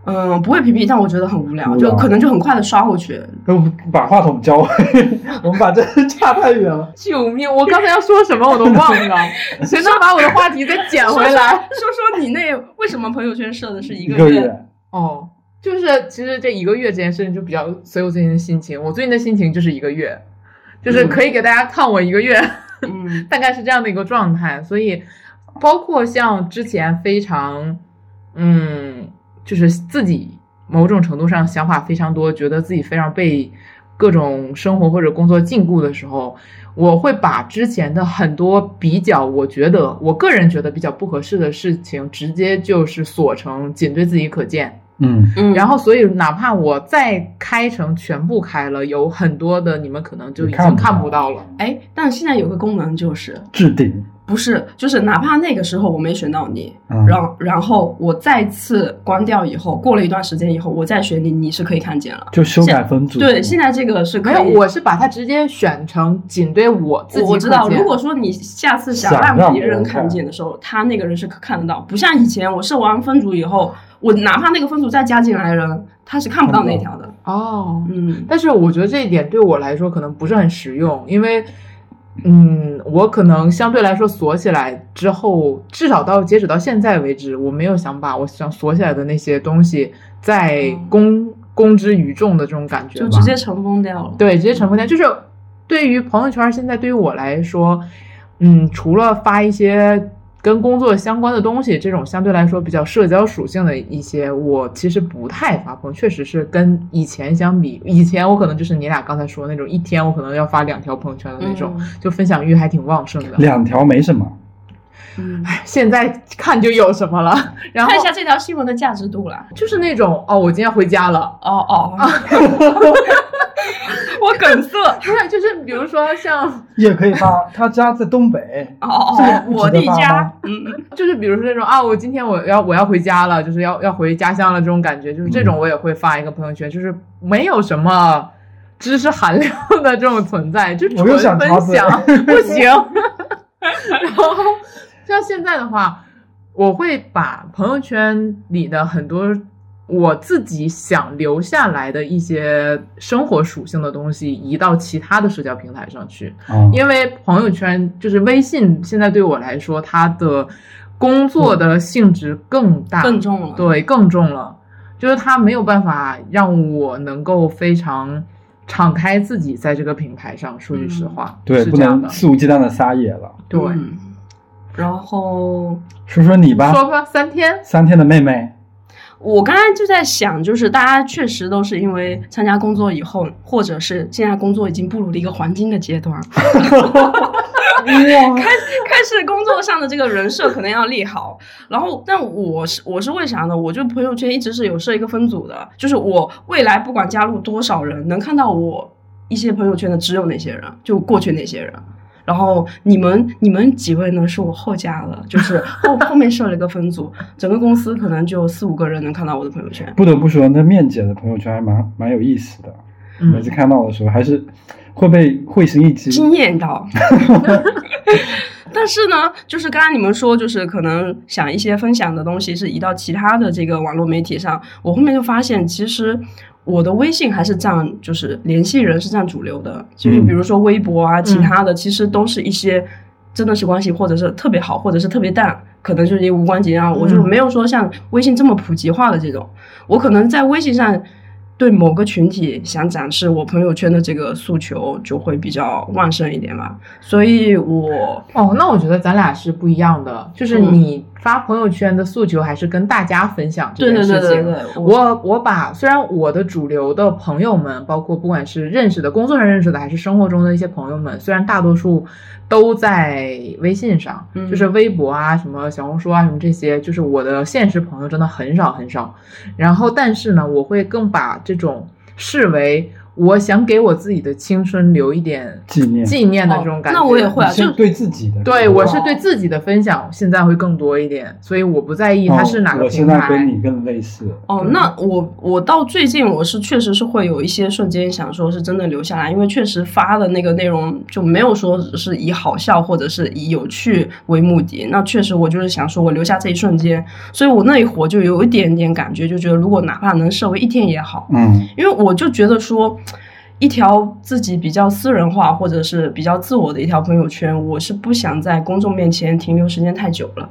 Speaker 2: 嗯，不会 PPT，但我觉得很无聊，
Speaker 1: 无聊
Speaker 2: 就可能就很快的刷过去。
Speaker 1: 呃把话筒交回，我们把这差太远了。
Speaker 3: 救命！我刚才要说什么我都忘了，谁能把我的话题再捡回来？
Speaker 2: 说 [laughs] 说你那为什么朋友圈设的是一
Speaker 1: 一
Speaker 2: 个
Speaker 1: 个
Speaker 2: 月？
Speaker 1: 月，
Speaker 3: 哦，就是其实这一个月这件事情就比较随我最近的心情。我最近的心情就是一个月，就是可以给大家看我一个月，
Speaker 2: 嗯
Speaker 3: 大概是这样的一个状态。所以，包括像之前非常，嗯，就是自己某种程度上想法非常多，觉得自己非常被各种生活或者工作禁锢的时候，我会把之前的很多比较，我觉得我个人觉得比较不合适的事情，直接就是锁成仅对自己可见。
Speaker 1: 嗯，
Speaker 2: 嗯，
Speaker 3: 然后，所以哪怕我再开成全部开了，有很多的你们可能就已经看不到了。
Speaker 2: 哎，但现在有个功能就是，
Speaker 1: 置顶。
Speaker 2: 不是就是哪怕那个时候我没选到你，
Speaker 1: 嗯，
Speaker 2: 然然后我再次关掉以后，过了一段时间以后，我再选你，你是可以看见了。
Speaker 1: 就修改分组。
Speaker 2: 对，现在这个是可
Speaker 3: 没
Speaker 2: 以。
Speaker 3: 有，我是把它直接选成仅对我自己
Speaker 2: 我我知道，
Speaker 3: 可见
Speaker 2: 如果说你下次想
Speaker 1: 想让
Speaker 2: 让别
Speaker 1: 别人
Speaker 2: 人
Speaker 1: 看
Speaker 2: 看见的时候，他那个人是可看得到，不像以前我设完分组以后，我哪怕那个分组再加进来人，他是看不到那条的。
Speaker 3: 哦，
Speaker 2: 嗯，
Speaker 3: 但是我觉得这一点对我来说可能不是很实用，因为，嗯，我可能相对来说锁起来之后，至少到截止到现在为止，我没有想把我想锁起来的那些东西再
Speaker 2: 嗯
Speaker 3: 公公之于众的这种感觉吧，
Speaker 2: 就直接尘封掉了。
Speaker 3: 对，直接尘封掉。就是对于朋友圈，现在对于我来说，嗯，除了发一些跟工作相关的东西，这种相对来说比较社交属性的一些，我其实不太发朋友。确实是跟以前相比，以前我可能就是你俩刚才说的那种，一天我可能要发两条朋友圈的那种，就分享欲还挺旺盛的。
Speaker 1: 两条没什么。
Speaker 2: 嗯，
Speaker 3: 现在看就有什么了， [laughs] 然后
Speaker 2: 看一下这条新闻的价值度啦。
Speaker 3: 就是那种哦，我今天回家了。 [laughs]
Speaker 2: 哦 [laughs] 哦，我梗塞。
Speaker 3: 不是，就是比如说像，
Speaker 1: 也可以发，他家在东
Speaker 2: [laughs]
Speaker 1: 北，
Speaker 2: 哦哦
Speaker 1: 这个
Speaker 2: 哦，
Speaker 1: 不值
Speaker 2: 我
Speaker 1: 得
Speaker 2: 的
Speaker 1: 发吗
Speaker 2: 家。嗯嗯
Speaker 3: 就是比如说那种啊，我今天我要我要回家了，就是要要回家乡了这种感觉，就是这
Speaker 1: 嗯
Speaker 3: 种我也会发一个朋友圈，就是没有什么知识含量的这种存在，就
Speaker 1: 我又
Speaker 3: 纯
Speaker 1: 想插
Speaker 3: 分
Speaker 1: 嘴
Speaker 3: 享，
Speaker 1: [laughs]
Speaker 3: 不行。 [laughs] 然后像现在的话，我会把朋友圈里的很多我自己想留下来的一些生活属性的东西移到其他的社交平台上去。
Speaker 1: 嗯
Speaker 3: 因为朋友圈就是微信，现在对我来说，它的工作的性质更大，
Speaker 2: 更重了。
Speaker 3: 对更重了，就是它没有办法让我能够非常敞开自己在这个平台上。说句实话，
Speaker 1: 对，
Speaker 3: 是
Speaker 1: 不
Speaker 3: 这样的
Speaker 1: 能，肆无忌惮的撒野了。
Speaker 3: 对。
Speaker 2: 嗯然后
Speaker 1: 说说你吧，
Speaker 3: 说吧，三天，
Speaker 1: 三天的妹妹，
Speaker 2: 我刚刚就在想，就是大家确实都是因为参加工作以后，或者是现在工作已经步入了一个黄金的阶段，
Speaker 1: 哇，
Speaker 2: 开开始工作上的这个人设可能要立好。然后，但我是我是为啥呢？我就朋友圈一直是有设一个分组的，就是我未来不管加入多少人，能看到我一些朋友圈的只有那些人，就过去那些人。然后你们你们几位呢？是我后加的，就是后后面设了一个分组，整个公司可能就四五个人能看到我的朋友圈。
Speaker 1: 不得不说，那面姐的朋友圈还蛮蛮有意思的，每
Speaker 3: 嗯
Speaker 1: 次，看到的时候还是会被会心一击。
Speaker 2: 惊艳到。 [laughs] 但是呢，就是刚刚你们说，就是可能想一些分享的东西是移到其他的这个网络媒体上，我后面就发现，其实我的微信还是占，就是联系人是占主流的，就是比如说微博啊，其他的其实都是一些真的是关系，或者是特别好，或者是特别淡，可能就是一个无关紧要。我就
Speaker 3: 嗯
Speaker 2: 没有说像微信这么普及化的这种，我可能在微信上对某个群体想展示我朋友圈的这个诉求就会比较旺盛一点吧，所以我
Speaker 3: 哦，那我觉得咱俩是不一样的，就是
Speaker 2: 嗯
Speaker 3: 你发朋友圈的诉求还是跟大家分享这
Speaker 2: 对
Speaker 3: 件
Speaker 2: 对
Speaker 3: 事
Speaker 2: 对
Speaker 3: 情。
Speaker 2: 对对，
Speaker 3: 我我把虽然我的主流的朋友们，包括不管是认识的、工作上认识的，还是生活中的一些朋友们，虽然大多数都在微信上，
Speaker 2: 嗯
Speaker 3: 就是微博啊、什么小红书啊、什么这些，就是我的现实朋友真的很少很少。然后，但是呢，我会更把这种视为我想给我自己的青春留一点
Speaker 1: 纪念，
Speaker 3: 纪念的
Speaker 2: 哦
Speaker 3: 这种感觉。
Speaker 2: 那我也会啊，
Speaker 1: 你是
Speaker 2: 就
Speaker 1: 对自己的，
Speaker 3: 对，
Speaker 1: 吧
Speaker 3: 我是对自己的分享现在会更多一点，所以我不在意它是哪
Speaker 1: 哦
Speaker 3: 个
Speaker 1: 我现
Speaker 3: 平
Speaker 1: 在
Speaker 3: 台。
Speaker 1: 跟你更类似，
Speaker 2: 哦，
Speaker 1: 对
Speaker 2: 那我我到最近我是确实是会有一些瞬间想说是真的留下来，因为确实发的那个内容就没有说只是以好笑或者是以有趣为目的，那确实我就是想说我留下这一瞬间，所以我那一会儿就有一点点感觉，就觉得如果哪怕能设为一天也好，
Speaker 1: 嗯，
Speaker 2: 因为我就觉得说，一条自己比较私人化或者是比较自我的一条朋友圈，我是不想在公众面前停留时间太久了。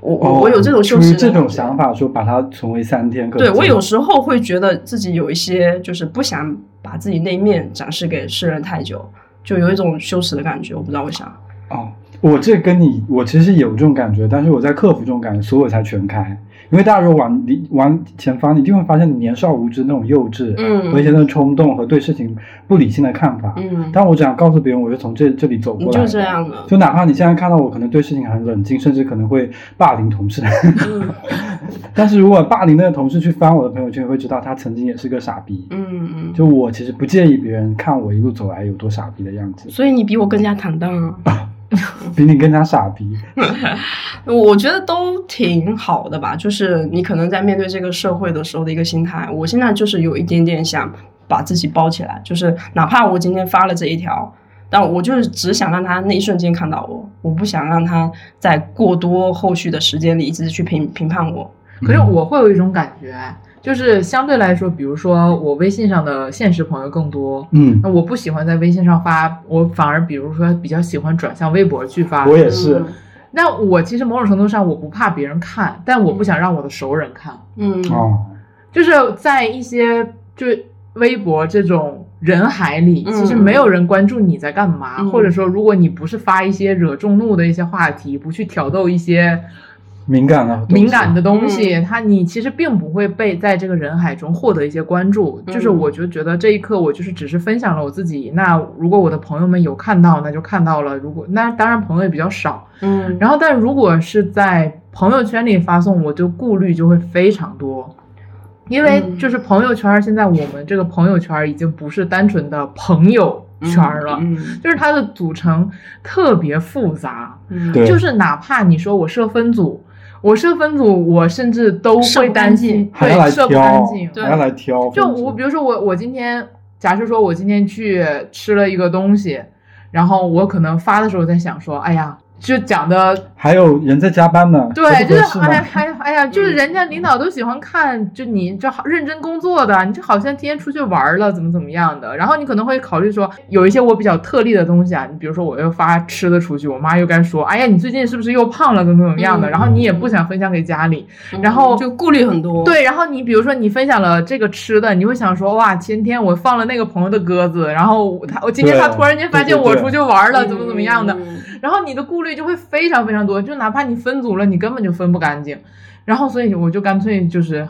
Speaker 2: 我我、
Speaker 1: 哦
Speaker 2: 我有这种羞
Speaker 1: 出于
Speaker 2: 耻，
Speaker 1: 这种想。法，说把它存为三天，可
Speaker 2: 对
Speaker 1: 能
Speaker 2: 我
Speaker 1: 就
Speaker 2: 有时候会觉得自己有一些就是不想把自己那一面展示给世人太久，就有一种羞耻的感觉。我不知道为啥。
Speaker 1: 哦，我这跟你，我其实有这种感觉，但是我在克服这种感觉，所以我才全开。因为大家如果往里往前方，你一定会发现你年少无知那种幼稚，
Speaker 2: 嗯
Speaker 1: 和一些那种冲动和对事情不理性的看法。
Speaker 2: 嗯，
Speaker 1: 但我只想告诉别人，我是从这这里走过
Speaker 2: 你
Speaker 1: 来的。
Speaker 2: 嗯就这样的。
Speaker 1: 就哪怕你现在看到我可能对事情很冷静，甚至可能会霸凌同事，
Speaker 2: 嗯
Speaker 1: [laughs] 但是如果霸凌那个同事去翻我的朋友圈，会知道他曾经也是个傻逼。
Speaker 2: 嗯嗯。
Speaker 1: 就我其实不介意别人看我一路走来有多傻逼的样子，
Speaker 2: 所以你比我更加坦荡啊。
Speaker 1: 比你更加傻逼。
Speaker 2: 我觉得都挺好的吧，就是你可能在面对这个社会的时候的一个心态。我现在就是有一点点想把自己包起来，就是哪怕我今天发了这一条，但我就是只想让他那一瞬间看到我，我不想让他在过多后续的时间里一直去评评判我。
Speaker 3: [laughs] 可
Speaker 1: 嗯
Speaker 3: 是我会有一种感觉，就是相对来说，比如说我微信上的现实朋友更多，
Speaker 1: 嗯
Speaker 3: 那，我不喜欢在微信上发，我反而比如说比较喜欢转向微博去发。
Speaker 1: 我也是。
Speaker 3: 那我其实某种程度上我不怕别人看，但我不想让我的熟人看，
Speaker 2: 嗯，
Speaker 1: 哦，
Speaker 3: 就是在一些就是微博这种。人海里，
Speaker 2: 嗯
Speaker 3: 其实没有人关注你在干嘛，
Speaker 2: 嗯
Speaker 3: 或者说，如果你不是发一些惹众怒的一些话题，不去挑逗一些
Speaker 1: 敏感的东西
Speaker 3: 敏感的东
Speaker 2: 嗯
Speaker 3: 西，它你其实并不会被在这个人海中获得一些关注。
Speaker 2: 嗯
Speaker 3: 就是我就觉得这一刻我就是只是分享了我自己。那如果我的朋友们有看到，那就看到了；如果那当然朋友也比较少。
Speaker 2: 嗯，
Speaker 3: 然后，但如果是在朋友圈里发送，我就顾虑就会非常多。因为
Speaker 2: 嗯
Speaker 3: 就是朋友圈，现在我们这个朋友圈已经不是单纯的朋友圈了，
Speaker 2: 嗯
Speaker 3: 就是它的组成特别复杂。
Speaker 2: 嗯，
Speaker 1: 对
Speaker 3: 就是哪怕你说我设分组，我设分组，我甚至都会担心，
Speaker 1: 还要
Speaker 3: 对，
Speaker 1: 来
Speaker 3: 设不干
Speaker 1: 挑
Speaker 3: 净，。
Speaker 2: 对
Speaker 1: 还要来挑。
Speaker 3: 就我比如说我我今天，假设说我今天去吃了一个东西，然后我可能发的时候在想说，哎呀。就讲的
Speaker 1: 还有人在加班呢，
Speaker 3: 对，
Speaker 1: 这不
Speaker 3: 就
Speaker 1: 合适
Speaker 3: 是
Speaker 1: 吗
Speaker 3: 哎
Speaker 1: 嗯
Speaker 3: 呀，哎呀，哎呀，就是人家领导都喜欢看，就你这好认真工作的，你这好像今天出去玩了，怎么怎么样的。然后你可能会考虑说，有一些我比较特例的东西啊，你比如说我又发吃的出去，我妈又该说，哎呀，你最近是不是又胖了，怎么怎么样的。
Speaker 2: 嗯
Speaker 3: 然后你也不想分享给家里，
Speaker 2: 嗯
Speaker 3: 然后
Speaker 2: 就顾虑很多。，
Speaker 3: 对，然后你比如说你分享了这个吃的，你会想说哇，前天我放了那个朋友的鸽子，然后我他我今天
Speaker 1: 对啊
Speaker 3: 他突然间发
Speaker 1: 对
Speaker 3: 现
Speaker 1: 对
Speaker 3: 我
Speaker 1: 对
Speaker 3: 出去玩了，怎么怎么样的，
Speaker 2: 嗯
Speaker 3: 然后你的顾虑就会非常非常多，就哪怕你分组了，你根本就分不干净。然后所以我就干脆就是，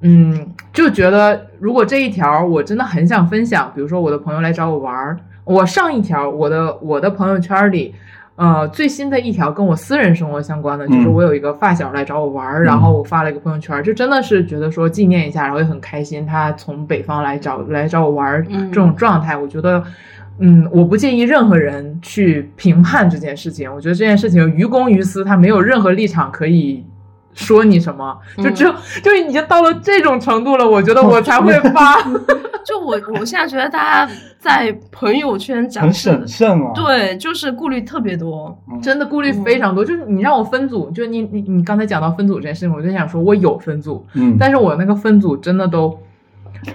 Speaker 3: 嗯，就觉得如果这一条我真的很想分享，比如说我的朋友来找我玩儿，我上一条我的我的朋友圈里。呃，最新的一条跟我私人生活相关的，就是
Speaker 1: 嗯
Speaker 3: 我有一个发小来找我玩儿，然后我发了一个朋友圈，就真的是觉得说纪念一下，然后也很开心，他从北方来找来找我玩儿，
Speaker 2: 嗯
Speaker 3: 这种状态，我觉得，嗯，我不介意任何人去评判这件事情。我觉得这件事情于公于私，他没有任何立场可以说你什么，就
Speaker 2: 嗯
Speaker 3: 只有、就已经到了这种程度了，我觉得我才会发。
Speaker 2: 哦就我我现在觉得大家在朋友圈展
Speaker 1: 很
Speaker 2: 示的
Speaker 1: 审慎啊。
Speaker 2: 对，就是顾虑特别
Speaker 1: [laughs]
Speaker 2: 多。
Speaker 3: [laughs] 真的顾虑非常多，就是你让我分组，就你你你刚才讲到分组这件事情，我就想说，我有分组，
Speaker 1: 嗯，
Speaker 3: 但是我那个分组真的都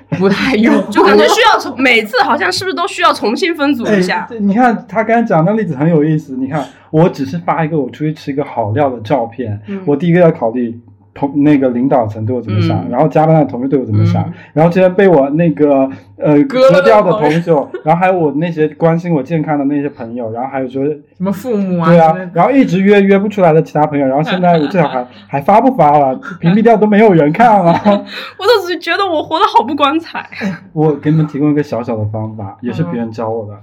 Speaker 3: 不太用，
Speaker 2: 就感觉需要重，每次好像是不是都需要重新分组一下？
Speaker 1: 这哎你看他刚才讲那例子很有意思。你看，我只是发一个我出去吃一个好料的照片，
Speaker 2: 嗯
Speaker 1: 我第一个要考虑同那个领导层对我怎么想，
Speaker 2: 嗯
Speaker 1: 然后加班的同事对我怎么想，
Speaker 2: 嗯
Speaker 1: 然后这些被我那个呃
Speaker 3: 割
Speaker 1: 革
Speaker 3: 了的
Speaker 1: 掉的
Speaker 3: 朋
Speaker 1: 朋友，然后还有我那些关心我健康的那些朋友，然后还有说
Speaker 3: [laughs] 什么父母啊，
Speaker 1: 对啊
Speaker 3: 之类，的
Speaker 1: 然后一直约约不出来的其他朋友，然后现在我这小
Speaker 2: [laughs]
Speaker 1: 孩还发不发了？屏蔽掉都没有人看了。
Speaker 2: 我都只觉得我活得好不光彩。
Speaker 1: 我给你们提供一个小小的方法，
Speaker 2: 嗯
Speaker 1: 也是别人教我的。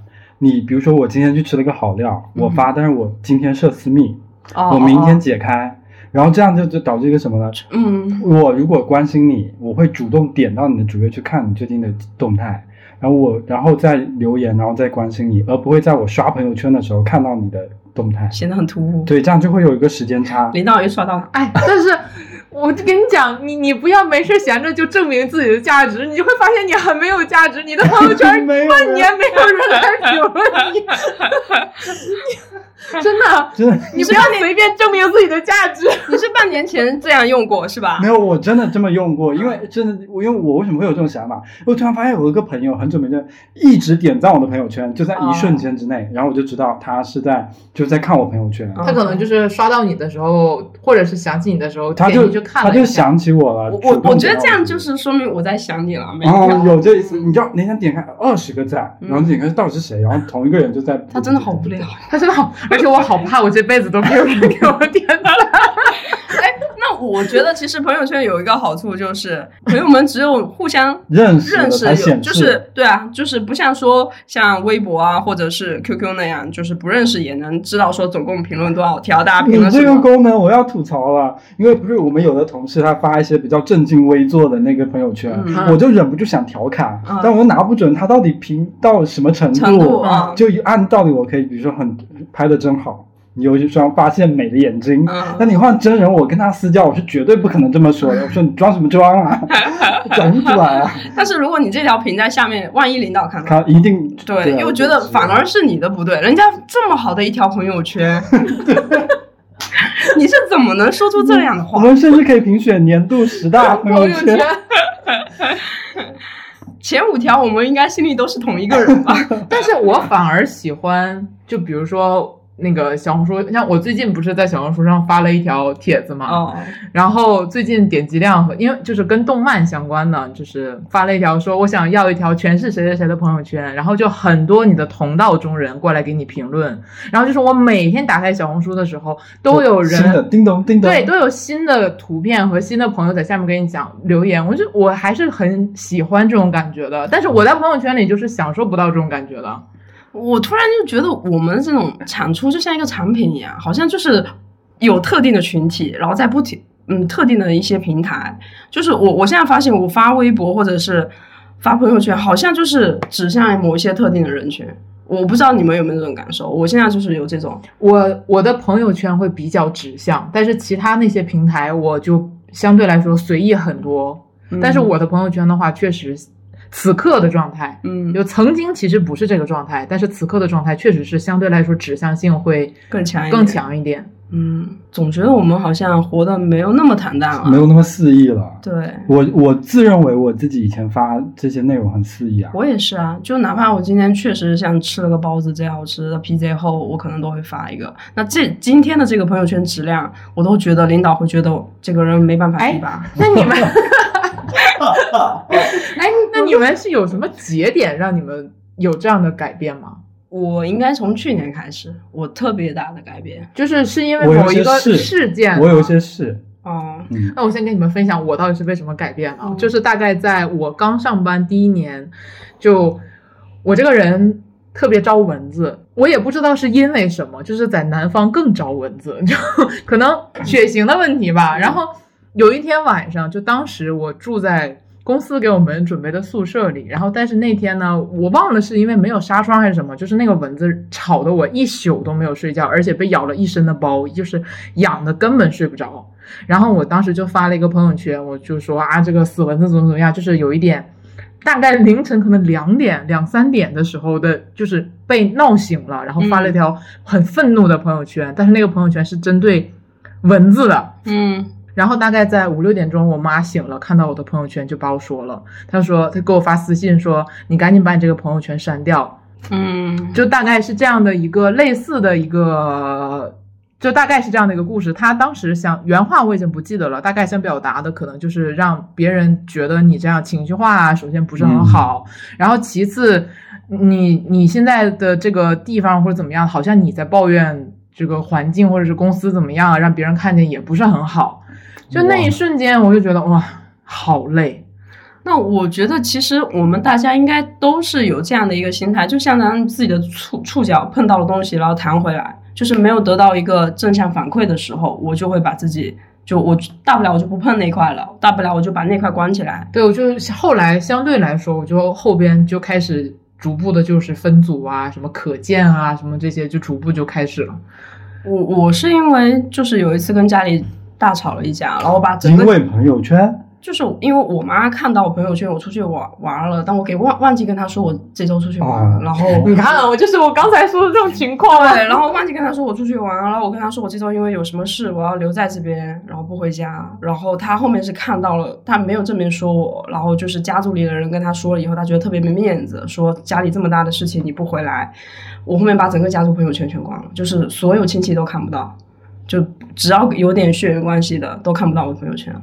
Speaker 1: 你比如说，我今天去吃了个好料，
Speaker 2: 嗯
Speaker 1: 我发，但是我今天设私密，
Speaker 2: 哦
Speaker 1: [laughs] 我明天，解开，然后这样就就导致一个什么呢？
Speaker 2: 嗯，
Speaker 1: 我如果关心你，我会主动点到你的主页去看你最近的动态，然后我然后再留言，然后再关心你，而不会在我刷朋友圈的时候看到你的动态。
Speaker 2: 显得很突兀。
Speaker 1: 对，这样就会有一个时间差。
Speaker 2: 领导又刷到，
Speaker 3: 哎，但是我就跟你讲，你你不要没事闲着就证明自己的价值，你会发现你很没有价值，你的朋友
Speaker 1: [laughs]
Speaker 3: 圈
Speaker 1: 没有
Speaker 3: 半
Speaker 1: 人
Speaker 3: 年没有人
Speaker 1: [laughs]
Speaker 3: 来评论你，真的，
Speaker 1: 真的
Speaker 3: 你不要随便证明自己的价值。
Speaker 2: 你是半年前这样用过是吧
Speaker 1: [laughs] 没？有，我真的这么用过，因为
Speaker 2: 嗯
Speaker 1: 真的，我因为我为什么会有这种想法？我突然发现我有一个朋友很久没见，一直点赞我的朋友圈，就在一瞬间之内，然后我就知道他是在就在看我朋友圈，
Speaker 2: 哦
Speaker 3: 他可能就是刷到你的时候，或者是想起你的时候，
Speaker 1: 他
Speaker 3: 点
Speaker 1: 就
Speaker 3: 进去看了
Speaker 1: 他就
Speaker 3: 一下
Speaker 1: 想起我了。
Speaker 2: 我我
Speaker 1: 主动
Speaker 2: 我觉得
Speaker 1: 点
Speaker 2: 这样
Speaker 1: 我
Speaker 2: 就是说明我在想你了，没
Speaker 1: 哦，
Speaker 2: 有？
Speaker 1: 有这意思，你知道那天点开二十个赞，
Speaker 2: 嗯
Speaker 1: 然后点开到底是谁，然后同一个人就在，
Speaker 2: 他真的好无聊。 [laughs]
Speaker 3: 他真的好，而且我好怕，我这辈子都没有人给我点赞。
Speaker 2: 那我觉得其实朋友圈有一个好处就是，朋友们只有互相
Speaker 1: 认识
Speaker 2: [laughs] 认
Speaker 1: 的
Speaker 2: 识
Speaker 1: 才
Speaker 2: 有，
Speaker 1: 显
Speaker 2: 就
Speaker 1: 示，
Speaker 2: 是对啊，就是不像说像微博啊或者是 QQ 那样，就是不认识也能知道说总共评论多少条，大家评
Speaker 1: 你
Speaker 2: 论什
Speaker 1: 这个
Speaker 2: 么。
Speaker 1: 功能我要吐槽了，因为不是我们有的同事他发一些比较正襟危坐的那个朋友圈，
Speaker 2: 嗯
Speaker 1: 我就忍不住想调侃，
Speaker 2: 嗯
Speaker 1: 但我又拿不准他到底评到什么程度。
Speaker 2: 程度啊
Speaker 1: 就按道理我可以，比如说很拍的真好，你有一双发现美的眼睛。那
Speaker 2: 嗯，
Speaker 1: 你换真人，我跟他私交，我是绝对不可能这么说的。我
Speaker 2: [laughs]
Speaker 1: 说你装什么装啊，讲不出来啊，
Speaker 2: 但是如果你这条评在下面，万一领导看到，
Speaker 1: 他一定
Speaker 2: 对，因为我觉
Speaker 1: 啊
Speaker 2: 得反而是你的不对，人家这么好的一条朋友
Speaker 1: [laughs]
Speaker 2: 圈，你是怎么能说出这样的
Speaker 1: 我
Speaker 2: 话？
Speaker 1: 们甚至可以评选年度十大朋
Speaker 2: [laughs]
Speaker 1: 友圈。
Speaker 2: 前五条我们应该心里都是同一个
Speaker 1: [laughs]
Speaker 2: 人吧？
Speaker 3: 但是我反而喜欢，就比如说那个小红书，像我最近不是在小红书上发了一条帖子嘛，
Speaker 2: 哦，
Speaker 3: 然后最近点击量和因为就是跟动漫相关的，就是发了一条说我想要一条全是谁谁谁的朋友圈，然后就很多你的同道中人过来给你评论，然后就是我每天打开小红书的时候都有人
Speaker 1: 新的叮咚叮咚，
Speaker 3: 对，都有新的图片和新的朋友在下面给你讲留言，我就我还是很喜欢这种感觉的。但是我在朋友圈里就是享受不到这种感觉的。
Speaker 2: 我突然就觉得我们这种产出就像一个产品一样，好像就是有特定的群体，然后在不停嗯特定的一些平台，就是我我现在发现我发微博或者是发朋友圈，好像就是指向某一些特定的人群。我不知道你们有没有这种感受，我现在就是有这种，
Speaker 3: 我我的朋友圈会比较指向，但是其他那些平台我就相对来说随意很多。
Speaker 2: 嗯
Speaker 3: 但是我的朋友圈的话，确实此刻的状态。
Speaker 2: 嗯
Speaker 3: 就曾经其实不是这个状态，但是此刻的状态确实是相对来说指向性会
Speaker 2: 更强一点
Speaker 3: 更强
Speaker 2: [laughs]
Speaker 3: 一点。
Speaker 2: 嗯，总觉得我们好像活得没有那么坦荡了。
Speaker 1: 没有那么肆意了。
Speaker 2: 对，
Speaker 1: 我我自认为我自己以前发这些内容很肆意啊，
Speaker 2: 我也是啊，就哪怕我今天确实像吃了个包子，这样好吃的 PZ 后，我可能都会发一个。那这今天的这个朋友圈质量，我都觉得领导会觉得这个人没办法提拔。
Speaker 3: 那你
Speaker 2: [laughs]
Speaker 3: 们，哎，那你们是有什么节点让你们有这样的改变吗？
Speaker 2: 我应该从去年开始，我特别大的改变。
Speaker 3: 就是是因为
Speaker 1: 我有
Speaker 3: 某一
Speaker 1: 些
Speaker 3: 个
Speaker 1: 事
Speaker 3: 事件吗，
Speaker 1: 我
Speaker 2: 啊
Speaker 1: 有一些事，
Speaker 2: 哦，
Speaker 1: 嗯，
Speaker 3: 那我先跟你们分享我到底是为什么改变了，
Speaker 2: 嗯
Speaker 3: 就是大概在我刚上班第一年，就我这个人特别招蚊子，我也不知道是因为什么，就是在南方更招蚊子， [laughs] 就可能血型的问题吧。然后有一天晚上，就当时我住在。公司给我们准备的宿舍里，然后但是那天呢，我忘了是因为没有纱窗还是什么，就是那个蚊子吵得我一宿都没有睡觉，而且被咬了一身的包，就是痒的根本睡不着。然后我当时就发了一个朋友圈，我就说啊，这个死蚊子怎么怎么样，就是有一点，大概凌晨可能两点、两三点的时候的，就是被闹醒了，然后发了一条很愤怒的朋友圈，但是那个朋友圈是针对蚊子的。
Speaker 2: 嗯，
Speaker 3: 然后大概在五六点钟，我妈醒了，看到我的朋友圈就把我说了，她说她给我发私信说，你赶紧把你这个朋友圈删掉，
Speaker 2: 嗯，
Speaker 3: 就大概是这样的一个类似的一个就大概是这样的一个故事。他当时想原话我已经不记得了，大概想表达的可能就是让别人觉得你这样情绪化，首先不是很好，然后其次你你现在的这个地方或者怎么样，好像你在抱怨这个环境或者是公司怎么样，让别人看见也不是很好。就那一瞬间，我就觉得哇，好累。
Speaker 2: 那我觉得，其实我们大家应该都是有这样的一个心态，就相当于自己的触触角碰到了东西，然后弹回来，就是没有得到一个正向反馈的时候，我就会把自己就我大不了我就不碰那块了，大不了我就把那块关起来。
Speaker 3: 对，我就后来相对来说，我就后边就开始逐步的，就是分组啊，什么可见啊，什么这些，就逐步就开始了。
Speaker 2: 我我是因为就是有一次跟家里大吵了一架，然后我把整
Speaker 1: 因
Speaker 2: 个
Speaker 1: 为朋友圈，
Speaker 2: 就是因为我妈看到我朋友圈我出去玩玩了，但我给忘忘记跟她说我这周出去玩，
Speaker 1: 啊
Speaker 2: 然后
Speaker 3: 你看啊，我就是我刚才说的这种情况啊。
Speaker 2: 对，然后忘记跟他说我出去玩，啊然后我跟他说我这周因为有什么事我要留在这边，然后不回家。然后他后面是看到了，他没有正面说我，然后就是家族里的人跟他说了以后，他觉得特别没面子，说家里这么大的事情你不回来，我后面把整个家族朋友圈全关了，就是所有亲戚都看不到，就只要有点血缘关系的都看不到我的朋友圈。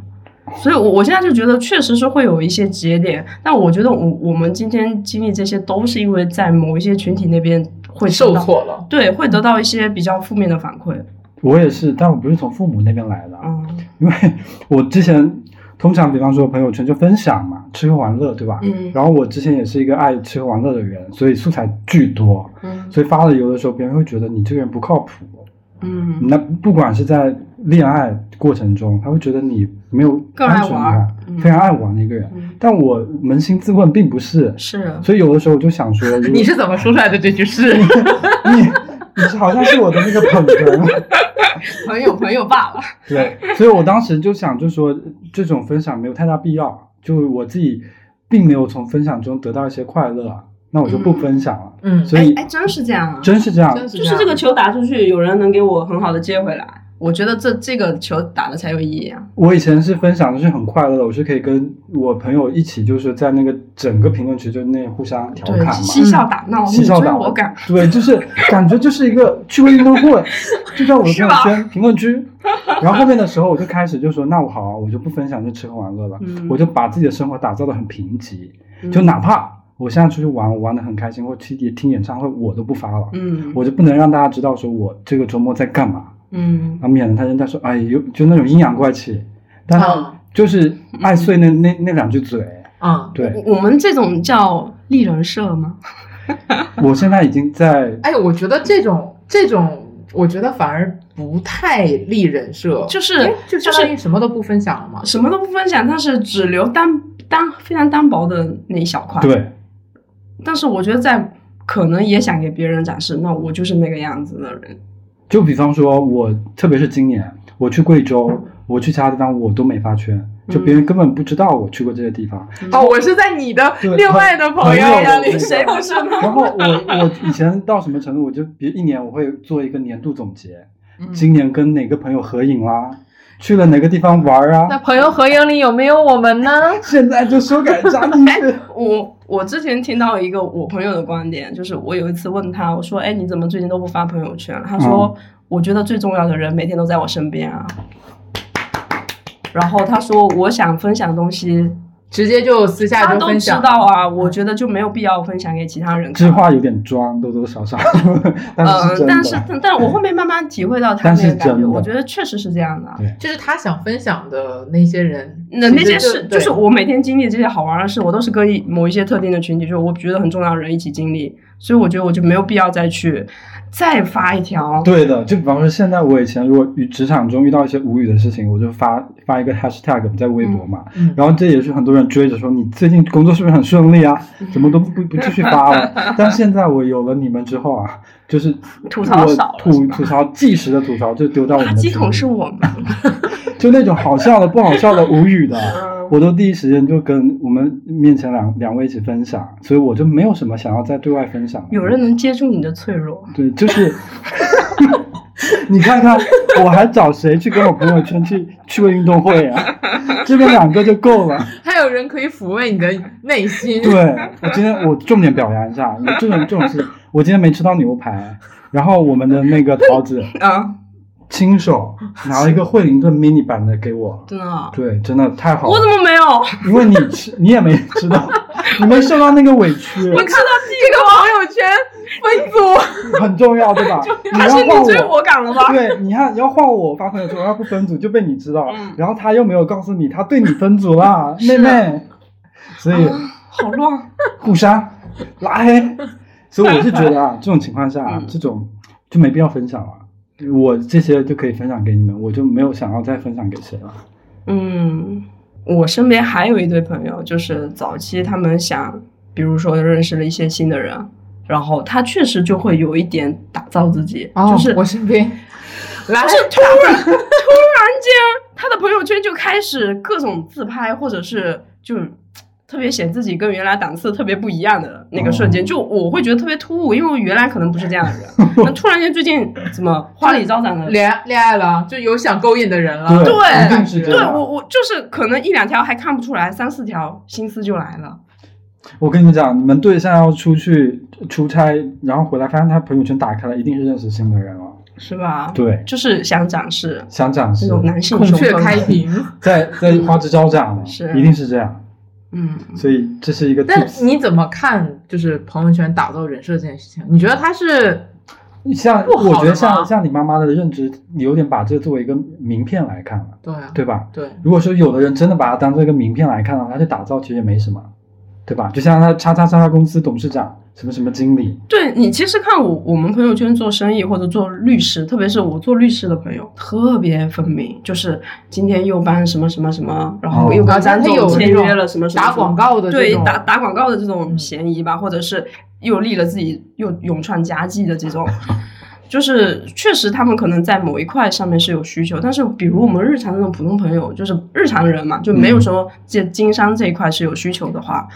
Speaker 2: 所以我，我现在就觉得，确实是会有一些节点，但我觉得我我们今天经历这些，都是因为在某一些群体那边会知
Speaker 3: 受
Speaker 2: 道
Speaker 3: 挫了，
Speaker 2: 对，会得到一些比较负面的反馈。
Speaker 1: 我也是，但我不是从父母那边来的，啊
Speaker 2: 嗯
Speaker 1: 因为我之前通常比方说朋友圈就分享嘛，吃喝玩乐，对吧？
Speaker 2: 嗯
Speaker 1: 然后我之前也是一个爱吃喝玩乐的人，所以素材巨多，
Speaker 2: 嗯
Speaker 1: 所以发了有的时候别人会觉得你这个人不靠谱。
Speaker 2: 嗯，
Speaker 1: 那不管是在恋爱过程中，他会觉得你没有
Speaker 2: 更
Speaker 1: 安
Speaker 2: 爱
Speaker 1: 全
Speaker 2: 玩
Speaker 1: 感
Speaker 2: 儿，，嗯
Speaker 1: 非常爱玩的一个人。
Speaker 2: 嗯
Speaker 1: 但我扪心自问，并不是，
Speaker 2: 是
Speaker 1: 所以有的时候我就想
Speaker 2: [laughs]
Speaker 1: 说，如果
Speaker 3: 你是怎么说出来的这句诗？
Speaker 1: 嗯你你是好像是我的那个
Speaker 2: [laughs]
Speaker 1: 捧哏，
Speaker 2: 朋友朋友罢了。
Speaker 1: 对，所以我当时就想，就说这种分享没有太大必要，就我自己并没有从分享中得到一些快乐，啊那我就不分享了。[laughs]
Speaker 3: 嗯，
Speaker 1: 所以
Speaker 2: 哎，真是这样啊！
Speaker 1: 真是这样，
Speaker 3: 真是
Speaker 2: 就是这个球打出去，有人能给我很好的接回来，我觉得这这个球打的才有意义啊。
Speaker 1: 我以前是分享的是很快乐的，我是可以跟我朋友一起，就是在那个整个评论区就那互相调侃
Speaker 2: 对，
Speaker 1: 嘛，嗯
Speaker 2: 嬉笑打闹，
Speaker 1: 嬉
Speaker 2: 你
Speaker 1: 笑
Speaker 2: 追
Speaker 1: 打
Speaker 2: 我赶，
Speaker 1: 对，就是感觉就是一个趣味运动会，就在我的朋友
Speaker 2: 是
Speaker 1: 圈评论区。然后后面的时候，我就开始就说，那我好啊，我就不分享这吃喝玩乐了，
Speaker 2: 嗯
Speaker 1: 我就把自己的生活打造的很贫瘠，
Speaker 2: 嗯
Speaker 1: 就哪怕我现在出去玩，我玩的很开心，或去听演唱会，我都不发了，
Speaker 2: 嗯
Speaker 1: 我就不能让大家知道说我这个周末在干嘛，
Speaker 2: 嗯
Speaker 1: 啊，免得他人家说，哎呦，就那种阴阳怪气，但
Speaker 3: 啊
Speaker 1: 就是爱碎那那那两句嘴。
Speaker 3: 嗯，
Speaker 1: 对，
Speaker 2: 我我们这种叫立人设吗？嗯
Speaker 1: 我现在已经在
Speaker 3: 哎，我觉得这种这种，我觉得反而不太立人设，
Speaker 2: 就是
Speaker 3: 哎就
Speaker 2: 就
Speaker 3: 相当于
Speaker 2: 是
Speaker 3: 什么都不分享了嘛。
Speaker 2: 什么都不分享，但是只留单单非常单薄的那一小块。
Speaker 1: 对
Speaker 2: 但是我觉得在可能也想给别人展示，那我就是那个样子的人。
Speaker 1: 就比方说我，特别是今年，我去贵州，我去其他地方我都没发圈，
Speaker 2: 嗯
Speaker 1: 就别人根本不知道我去过这些地
Speaker 2: [laughs]
Speaker 1: 方。
Speaker 3: [laughs] 哦，我是在你的
Speaker 1: 对
Speaker 3: 另外的
Speaker 1: 朋
Speaker 3: 朋
Speaker 1: 友
Speaker 3: 友
Speaker 1: 那
Speaker 2: 啊
Speaker 1: [laughs]
Speaker 3: 那
Speaker 1: 里
Speaker 3: 里，
Speaker 1: 谁不
Speaker 2: 是呢？
Speaker 1: 然后我我以前到什么程度，我就比一年我会做一个年度总结，
Speaker 3: 嗯
Speaker 1: 今年跟哪个朋友合影啦、去了哪个地方玩
Speaker 3: 那
Speaker 1: 啊，
Speaker 3: 朋友合影里有没有我们呢？
Speaker 1: 现在就修改
Speaker 2: [laughs]
Speaker 1: 加进去。
Speaker 2: 我我之前听到一个我朋友的观点，就是我有一次问他，我说：“哎，你怎么最近都不发朋友圈？”啊他说：“
Speaker 1: 嗯
Speaker 2: 我觉得最重要的人每天都在我身边啊。”然后他说：“我想分享东西，
Speaker 3: 直接就私下
Speaker 2: 大家
Speaker 3: 就
Speaker 2: 都
Speaker 3: 分
Speaker 2: 知
Speaker 3: 享。
Speaker 2: 道啊，我觉得就没有必要分享给其他人
Speaker 1: 这
Speaker 2: 看。
Speaker 1: 话有点装，多多少少， [laughs] 但
Speaker 2: 呃
Speaker 1: 是是”真的。
Speaker 2: 但是但但我后面慢慢体会到他
Speaker 1: 但
Speaker 2: 那
Speaker 1: 是
Speaker 2: 个感
Speaker 1: 真
Speaker 2: 觉，
Speaker 1: 的
Speaker 2: 我觉得确实是这样的啊。
Speaker 3: 就是他想分享的那些人，
Speaker 2: 那那些
Speaker 3: 其实
Speaker 2: 事，就是
Speaker 3: 对
Speaker 2: 我每天经历这些好玩的事，我都是跟一某一些特定的群体，就是我觉得很重要的人一起经历，所以我觉得我就没有必要再去再发一条。
Speaker 1: 对的，就比方说，现在我以前如果与职场中遇到一些无语的事情，我就发发一个 hashtag 在微博嘛，
Speaker 3: 嗯嗯
Speaker 1: 然后这也是很多人追着说你最近工作是不是很顺利啊？怎么都不不继续发
Speaker 2: [laughs]
Speaker 1: 了？但现在我有了你们之后啊，就是
Speaker 2: 吐槽
Speaker 1: 我
Speaker 2: 少了
Speaker 1: 吐
Speaker 2: 是吧啊
Speaker 1: 吐槽即时的吐槽就丢到我
Speaker 2: 垃
Speaker 1: 们的
Speaker 2: 圾
Speaker 1: 群
Speaker 2: 桶是
Speaker 1: 里，
Speaker 2: 我们，
Speaker 1: 就那种好笑的、不好笑的、无语的，
Speaker 2: 嗯
Speaker 1: 我都第一时间就跟我们面前两两位一起分享，所以我就没有什么想要再对外分享的。
Speaker 2: 有人能接住你的脆弱，
Speaker 1: 对，就是 [laughs] 你看看，我还找谁去跟我朋友圈去去过运动会啊？这边两个就够了。
Speaker 3: 还有人可以抚慰你的内心。
Speaker 1: 对我今天我重点表扬一下，这种这种事，我今天没吃到牛排，然后我们的那个桃子
Speaker 2: 啊，
Speaker 1: 亲手拿了一个惠灵顿 mini 版的给我。
Speaker 2: 真的啊，
Speaker 1: 对，真的太好
Speaker 2: 我怎
Speaker 1: 了，
Speaker 2: 么没有？
Speaker 1: 因为你吃你也没吃到，你没受到那个委屈，
Speaker 2: 我看到
Speaker 3: [laughs] 这个朋
Speaker 1: [laughs]
Speaker 3: 友圈分组，
Speaker 1: 很重要，对吧？你
Speaker 2: 还
Speaker 1: 要
Speaker 2: 是
Speaker 1: 换
Speaker 2: 你追
Speaker 1: 我
Speaker 2: 我赶了吧？
Speaker 1: 对，你看，要换我发朋友圈，要不分组就被你知道，
Speaker 2: 嗯
Speaker 1: 然后他又没有告诉你，他对你分组啦，妹
Speaker 2: 是啊
Speaker 1: 妹，所以
Speaker 2: 好乱，
Speaker 1: 互杀拉黑，所以我是觉得
Speaker 2: [laughs]
Speaker 1: 啊，这种情况下、啊，
Speaker 2: 嗯
Speaker 1: 这种就没必要分享了。我这些就可以分享给你们，我就没有想要再分享给谁了。
Speaker 2: 嗯，我身边还有一对朋友，就是早期他们想，比如说认识了一些新的人，然后他确实就会有一点打造自己，就是
Speaker 3: 哦我身边，来
Speaker 2: 不是突然突然间，他的朋友圈就开始各种自拍，或者是就特别显自己跟原来档次特别不一样的那个瞬间，就我会觉得特别突兀，因为我原来可能不是这样的人，那突然间最近怎么花里招
Speaker 3: [laughs]
Speaker 2: 展的？
Speaker 3: 恋恋爱了，就有想勾引的人了，
Speaker 1: 对，
Speaker 2: 啊对
Speaker 1: 一定是这
Speaker 2: 对
Speaker 1: 样。
Speaker 2: 我，我就是可能一两条还看不出来，三四条心思就来了。
Speaker 1: 我跟你讲，你们对象要出去出差，然后回来发现他朋友圈打开了，一定是认识新的人了。
Speaker 2: 是吧？，
Speaker 1: 对，
Speaker 2: 就是想展示
Speaker 1: 想展
Speaker 2: 那
Speaker 1: 示，
Speaker 2: 种男性
Speaker 3: 孔
Speaker 2: 雄
Speaker 3: 雀
Speaker 2: 风
Speaker 3: 开屏。
Speaker 1: 在在
Speaker 3: 嗯
Speaker 1: 花枝招展了，
Speaker 2: 是
Speaker 1: 一定是这样。
Speaker 2: 嗯，
Speaker 1: 所以这是一个
Speaker 3: 但
Speaker 1: tips。
Speaker 3: 你怎么看就是朋友圈打造人设这件事情？你觉得他是
Speaker 1: 像
Speaker 3: 嗯不好的
Speaker 1: 我觉得
Speaker 3: 吗
Speaker 1: 像像你妈妈的认知，你有点把这作为一个名片来看了，
Speaker 3: 对啊
Speaker 1: 对吧？
Speaker 3: 对
Speaker 1: 如果说有的人真的把它当做一个名片来看的话，他去打造其实也没什么，对吧？就像他叉叉叉叉公司董事长什么什么经理，
Speaker 2: 对你其实看我我们朋友圈做生意或者做律师，特别是我做律师的朋友，特别分明，就是今天又帮什么什么什么，然后
Speaker 1: 哦
Speaker 2: 又
Speaker 3: 然
Speaker 2: 跟
Speaker 3: 后
Speaker 2: 张
Speaker 3: 嗯他有
Speaker 2: 总签
Speaker 3: 那种
Speaker 2: 约了什么什么
Speaker 3: 打广告的这
Speaker 2: 对
Speaker 3: 种
Speaker 2: 打打广告的这种
Speaker 3: 嗯
Speaker 2: 嫌疑吧，或者是又立了自己又勇创佳绩的这种， [laughs] 就是确实他们可能在某一块上面是有需求，但是比如我们日常这种普通朋友，就是日常人嘛，就没
Speaker 3: 嗯
Speaker 2: 有说这经商这一块是有需求的话，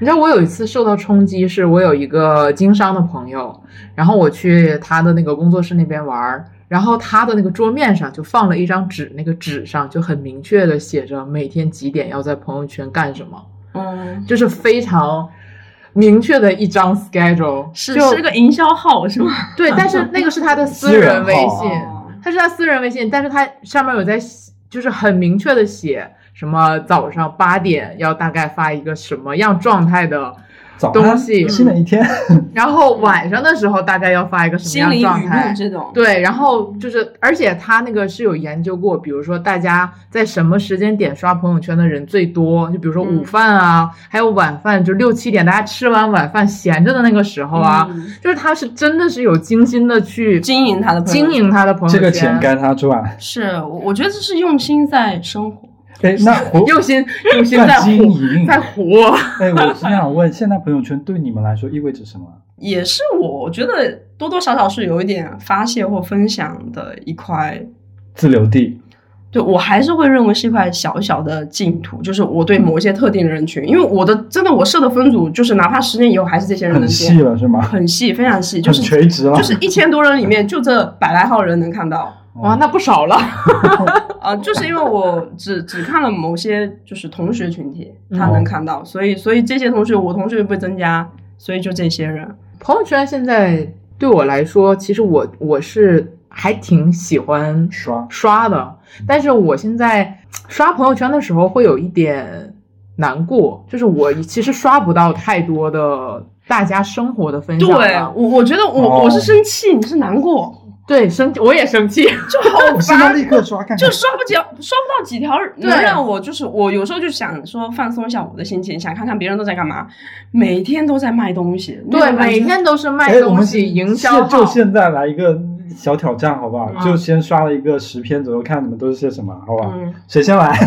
Speaker 3: 你知道我有一次受到冲击，是我有一个经商的朋友，然后我去他的那个工作室那边玩儿，然后他的那个桌面上就放了一张纸，那个纸上就很明确的写着每天几点要在朋友圈干什么，
Speaker 2: 嗯，
Speaker 3: 就是非常明确的一张 schedule，
Speaker 2: 是
Speaker 3: 就是
Speaker 2: 个营销号是吗？
Speaker 3: 对，
Speaker 2: [laughs]
Speaker 3: 但是那个是他的私
Speaker 1: 私人
Speaker 3: 人微
Speaker 1: 号啊
Speaker 3: 信，
Speaker 2: 哦
Speaker 3: 他是他私人微信，但是他上面有在写就是很明确的写什么早上八点要大概发一个什么样状态的，
Speaker 1: 早安
Speaker 3: 东西嗯
Speaker 1: 新的一天，
Speaker 3: 然后晚上的时候大概要发一个什
Speaker 2: 心
Speaker 3: 么
Speaker 2: 灵
Speaker 3: 样状
Speaker 2: 语
Speaker 3: 态
Speaker 2: 录。这种，
Speaker 3: 对，然后就是，而且他那个是有研究过，比如说大家在什么时间点刷朋友圈的人最多，就比如说午
Speaker 2: 嗯
Speaker 3: 饭啊，还有晚饭，就六七点大家吃完晚饭闲着的那个时候啊，
Speaker 2: 嗯
Speaker 3: 就是他是真的是有精心的去
Speaker 2: 经营他的朋友
Speaker 3: 经营他的朋友
Speaker 1: 这
Speaker 3: 圈，
Speaker 1: 个钱该他
Speaker 3: [laughs]
Speaker 1: 赚。
Speaker 2: 是我我觉得这是用心在生活，
Speaker 1: 哎，那我
Speaker 3: 用心用心在
Speaker 1: 算经
Speaker 3: 火
Speaker 1: 营。
Speaker 3: 在火，
Speaker 1: 哎，我是想问，现在朋友圈对你们来说意味着什么？
Speaker 2: 也是我觉得多多少少是有一点发泄或分享的一块。
Speaker 1: 自留地，
Speaker 2: 对我还是会认为是一块小小的净土，就是我对某一些特定的人群，因为我的真的我设的分组，就是哪怕十年以后还是这些人能
Speaker 1: 很
Speaker 2: 见
Speaker 1: 细，了是吗？
Speaker 2: 很细，非常细，就
Speaker 1: 很
Speaker 2: 是
Speaker 1: 垂直了啊
Speaker 2: 就。是一千多人里面就这百来号人能看到，
Speaker 1: 哦
Speaker 3: 哇，那不少了。
Speaker 2: 啊，就是因为我只只看了某些就是同学群体，他
Speaker 3: 嗯
Speaker 2: 能看到，所以所以这些同学我同学会增加，所以就这些人，
Speaker 3: 朋友圈现在对我来说，其实我我是还挺喜欢
Speaker 1: 刷，
Speaker 3: [laughs] 刷的，但是我现在刷朋友圈的时候会有一点难过，就是 [laughs] 我其实刷不到太多的大家生活的分享
Speaker 2: 对
Speaker 3: 了。
Speaker 2: 我我觉得我、
Speaker 1: 哦
Speaker 2: 我是生气，你是难
Speaker 3: [laughs]
Speaker 2: 过，
Speaker 3: 对，生我也生气，
Speaker 2: 就好
Speaker 1: 我哦现在
Speaker 2: 烦
Speaker 1: 立。刻刷看看。
Speaker 2: 就刷不几，刷不到几条，能
Speaker 3: 对
Speaker 2: 让我就是我有时候就想说放松一下我的心情，想看看别人都在干嘛，每天都在卖东西，
Speaker 3: [laughs]
Speaker 2: 那
Speaker 3: 对，
Speaker 2: 种感
Speaker 3: 每
Speaker 2: 觉
Speaker 3: 天都是卖
Speaker 1: 哎，我
Speaker 3: 东
Speaker 1: 们
Speaker 3: 西、营
Speaker 1: 现
Speaker 3: 销
Speaker 1: 就
Speaker 3: 号。
Speaker 1: 现在来一个小挑战，好不好？
Speaker 2: 嗯
Speaker 1: 就先刷了一个十篇左右，看你们都是些什么，好不好？
Speaker 2: 嗯，
Speaker 1: 谁先来？ [laughs]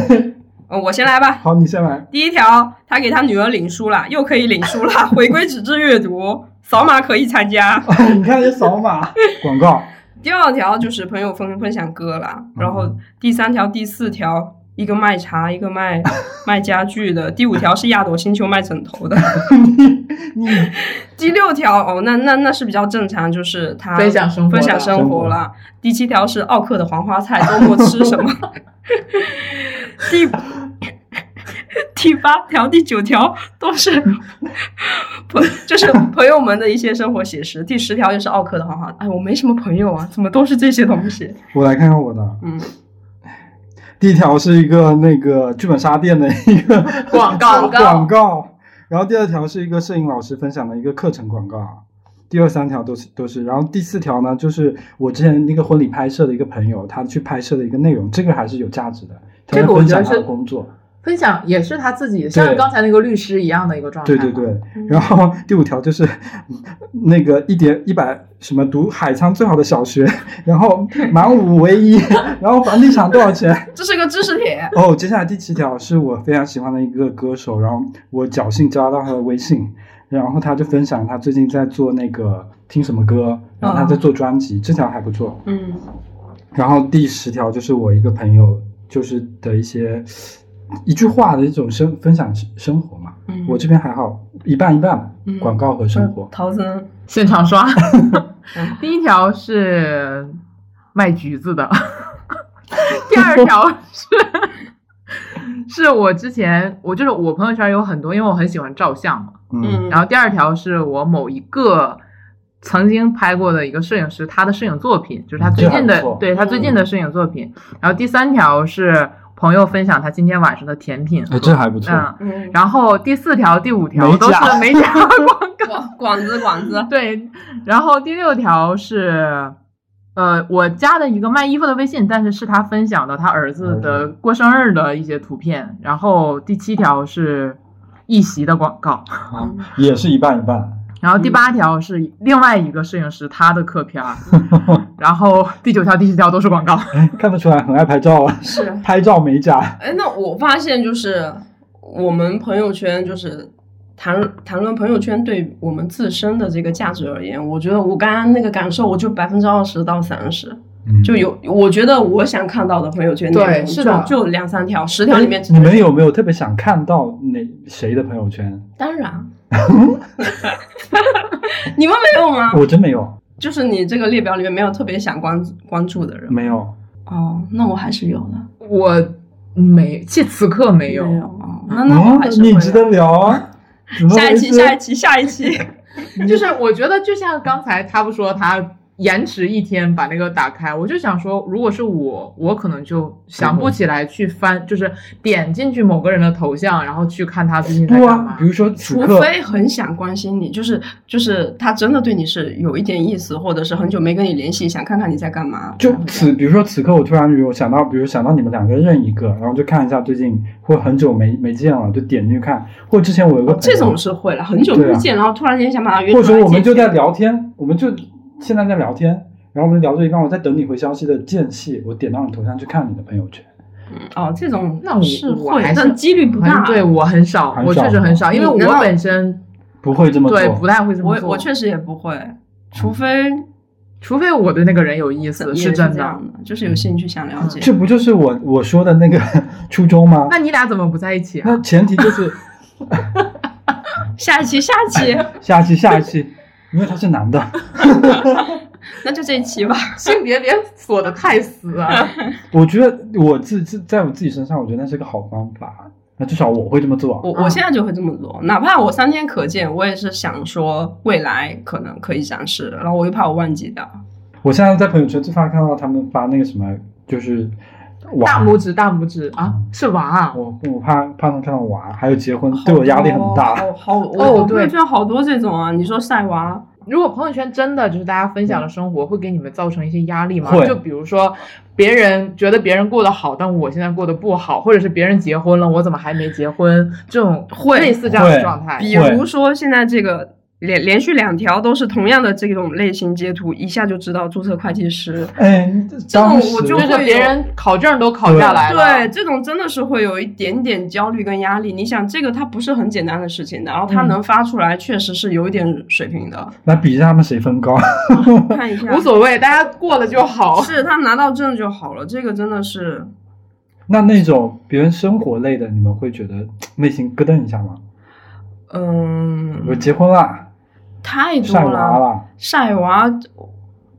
Speaker 2: 呃我先来吧，
Speaker 1: 好，你先来。
Speaker 2: 第一条，他给他女儿领书了，又可以领书了， [laughs] 回归纸质阅读，扫码可以参加。
Speaker 1: 哦你看这扫码广告，
Speaker 2: 第二条就是朋友分分享歌了，
Speaker 3: 嗯
Speaker 2: 然后第三条、第四条，一个卖茶，一个
Speaker 3: [laughs]
Speaker 2: 卖卖家具的，第五条是亚朵星球卖枕
Speaker 3: [laughs]
Speaker 2: 头的，
Speaker 1: 你
Speaker 2: 第六条哦，那那那是比较正常，就是他
Speaker 3: 分享生活的
Speaker 2: 分享生活了。第七条是奥
Speaker 3: [laughs]
Speaker 2: 克的黄花菜，周末吃什么？第 [laughs] 第八条、第九条都
Speaker 3: [laughs]
Speaker 2: 是朋，就是朋友们的一些生活写实。第十条就是奥克的哈哈，哎，我没什么朋友啊，怎么都是这些东西？
Speaker 1: 我来看看我的，
Speaker 2: 嗯，
Speaker 1: 第一条是一个那个剧本杀店的一个
Speaker 3: 广告
Speaker 2: 广告
Speaker 1: 广告，然后第二条是一个摄影老师分享的一个课程广告，啊第二三条都是都是，然后第四条呢，就是我之前那个婚礼拍摄的一个朋友，他去拍摄的一个内容，这个还是有价值的，他
Speaker 3: 这
Speaker 1: 在
Speaker 3: 个我
Speaker 1: 分
Speaker 3: 觉得
Speaker 1: 享他的
Speaker 3: 是
Speaker 1: 工作，
Speaker 3: 分享也是他自己，像
Speaker 1: 对
Speaker 3: 刚才那个律师一样的一个状
Speaker 1: 对
Speaker 3: 态嘛。
Speaker 1: 对对，
Speaker 3: 嗯
Speaker 1: 然后第五条就是嗯那个一点一百什么读海沧最好的小学，然后满五唯一，然后房地产多少钱？
Speaker 2: 这是个知识帖。
Speaker 1: 哦，接下来第七条是我非常喜欢的一个歌手，然后我侥幸加到他的微信，然后他就分享他最近在做那个听什么歌，然后他在做专辑，这条还不错。
Speaker 2: 嗯，
Speaker 1: 然后第十条就是我一个朋友就是的一些一句话的一种生分享生活嘛，
Speaker 2: 嗯
Speaker 1: 我这边还好，一半一半
Speaker 2: 嗯，
Speaker 1: 广告和生活。
Speaker 2: 桃子呢
Speaker 3: 现场刷。
Speaker 1: 嗯
Speaker 3: 第一条是卖橘
Speaker 1: [laughs]
Speaker 3: 子的，第二条是是我之前我就是我朋友圈有很多，因为我很喜欢照相嘛。
Speaker 1: 嗯，
Speaker 3: 然后第二条是我某一个曾经拍过的一个摄影师他的摄影作品，就是他最近
Speaker 1: 这还
Speaker 3: 的
Speaker 1: 不错
Speaker 3: 对他最近的摄影作品。然后第三条是朋友分享他今天晚上的甜品，
Speaker 1: 哎，这还不错。
Speaker 3: 嗯。
Speaker 2: 嗯，
Speaker 3: 然后第四条、第五条
Speaker 1: 美
Speaker 3: 都
Speaker 1: 甲
Speaker 3: 是美甲广
Speaker 2: 广广子广子，
Speaker 3: 对，然后第六条是，呃，我加的一个卖衣服的微信，但是是他分享的他儿子的过生日的一些图片。然后第七条是一席的广告，
Speaker 1: 啊，也是一半一半。 [laughs]
Speaker 3: 然后第八条是另外一个摄影师他的客 [laughs] 片儿，然后第九条、第十条都是广告。
Speaker 1: 哎，看得出来很爱拍照啊， [laughs]
Speaker 2: 是。
Speaker 1: 拍照美甲。
Speaker 2: 哎，那我发现就是我们朋友圈就是谈谈论朋友圈对我们自身的这个价值而言，我觉得我刚刚那个感受，我就百分之二十到三十，
Speaker 1: 嗯
Speaker 2: 就有我觉得我想看到的朋友圈内
Speaker 3: 对
Speaker 2: 容
Speaker 3: 是的
Speaker 2: 就就两三条，十条里面只
Speaker 1: 你
Speaker 2: 能
Speaker 1: 们有没有特别想看到哪谁的朋友圈？[laughs]
Speaker 2: 当然。啊 [laughs] 你们没有吗？
Speaker 1: 我真没有，
Speaker 2: 就是你这个列表里面没有特别想关注关注的人吗
Speaker 1: 没有。
Speaker 2: 哦，那我还是有的，
Speaker 3: [laughs] 我没，这此刻没
Speaker 2: 没
Speaker 3: 有。
Speaker 2: 有哦，那那我还是
Speaker 1: 嗯
Speaker 2: 会
Speaker 1: 你
Speaker 2: 有
Speaker 1: 值得聊啊！怎么
Speaker 2: 下一期，
Speaker 1: 回事
Speaker 2: 下一期，下一期。
Speaker 3: [laughs] 就是我觉得就像刚才他不说他。延迟一天把那个打开，我就想说，如果是我，我可能就想不起来去翻，就是点进去某个人的头像，然后去看他最近在
Speaker 1: 不
Speaker 3: 干
Speaker 1: 啊
Speaker 3: 嘛，
Speaker 1: 比。如说 [laughs] 此
Speaker 2: 除
Speaker 1: 刻，
Speaker 2: 非很想关心你，就是就是他真的对你是有一点意思，或者是很久没跟你联系，想看看你在干嘛。嗯
Speaker 1: 就
Speaker 2: 才会这
Speaker 1: 此，
Speaker 2: 样
Speaker 1: 比如说此刻，我突然有想到，比如想到你们两个认一个，然后就看一下最近或很久没没见了，就点进去看。或之前我有个朋
Speaker 2: 哦
Speaker 1: 友
Speaker 2: 这种是会了，很久
Speaker 1: 对
Speaker 2: 没
Speaker 1: 啊
Speaker 2: 见，然后突然间想把他约出
Speaker 1: 或
Speaker 2: 来
Speaker 1: 者我们
Speaker 2: 见
Speaker 1: 就在
Speaker 2: 见
Speaker 1: 聊天，我们就现在在聊天，然后我们聊着一半，我在等你回消息的间隙，我点到你头上去看你的朋友圈。
Speaker 2: 哦，这种
Speaker 3: 那我
Speaker 2: 是
Speaker 3: 我
Speaker 2: 会
Speaker 3: 还，是
Speaker 2: 但几率不
Speaker 3: 好像
Speaker 2: 大。
Speaker 3: 对我很少，
Speaker 1: 很
Speaker 3: 我
Speaker 1: 少
Speaker 3: 确实很少，因为
Speaker 2: 你难
Speaker 3: 我
Speaker 2: 道
Speaker 3: 本身
Speaker 1: 不会这么做，
Speaker 3: 对不太会这么
Speaker 2: 我
Speaker 3: 做。
Speaker 2: 我确实也不会，除非
Speaker 3: 除非我对那个人有意思，
Speaker 2: 也
Speaker 3: 是
Speaker 2: 是
Speaker 3: 真
Speaker 2: 这
Speaker 3: 的。
Speaker 2: 样的，就是有兴趣想了解。
Speaker 1: 这不嗯就是我我说的那个 [laughs] 初衷吗？
Speaker 3: 那你俩怎么不在一起啊
Speaker 1: 那？前提就是
Speaker 2: [laughs] 下一期，下
Speaker 1: [laughs]
Speaker 2: 一期，
Speaker 1: 下一期下一期，因为他是男的， [laughs]
Speaker 2: 那就这一期吧。
Speaker 3: 性别别锁的太死
Speaker 2: [laughs]
Speaker 3: 啊！
Speaker 1: 我觉得我自自在我自己身上，我觉得那是个好方法，那至少我会这么做。
Speaker 2: 我我现在就会这么做，哪怕我三天可见，我也是想说未来可能可以展示，然后我又怕我忘记掉。
Speaker 1: 我现在在朋友圈最发看到他们发那个什么，就是
Speaker 3: 大
Speaker 1: 娃，
Speaker 3: 拇指，大拇指啊，是娃啊。
Speaker 1: 我我怕怕他们看到娃，还有结婚对我压力很大。
Speaker 2: 好好
Speaker 3: 哦
Speaker 2: 我朋
Speaker 3: 对
Speaker 2: 友圈好多这种啊，你说晒娃，
Speaker 3: 如果朋友圈真的就是大家分享的生活，会给你们造成一些压力吗
Speaker 1: 会？
Speaker 3: 就比如说，别人觉得别人过得好，但我现在过得不好，或者是别人结婚了，我怎么还没结婚？这种
Speaker 2: 会
Speaker 3: 类似这样的
Speaker 1: 会
Speaker 3: 状态，
Speaker 2: 比如说现在这个连连续两条都是同样的这种类型截图，一下就知道注册会计师。
Speaker 1: 哎，当时
Speaker 2: 我就
Speaker 3: 就是
Speaker 2: 会有
Speaker 3: 别人考证都考下来了，
Speaker 2: 对，，这种真的是会有一点点焦虑跟压力。你想，这个它不是很简单的事情的，然后它
Speaker 3: 嗯
Speaker 2: 能发出来，确实是有一点水
Speaker 1: [laughs]
Speaker 2: 平的。
Speaker 1: 来比一下他们谁分高。 [laughs]
Speaker 2: 看一下，
Speaker 3: 无所谓，大家过了就好。
Speaker 2: 是他拿到证就好了，这个真的是
Speaker 1: 那那种别人生活类的，你们会觉得内心咯噔一下吗？我
Speaker 2: 嗯
Speaker 1: 结婚啦，
Speaker 2: 太多
Speaker 1: 上娃
Speaker 2: 了。
Speaker 1: 啦，
Speaker 2: 晒娃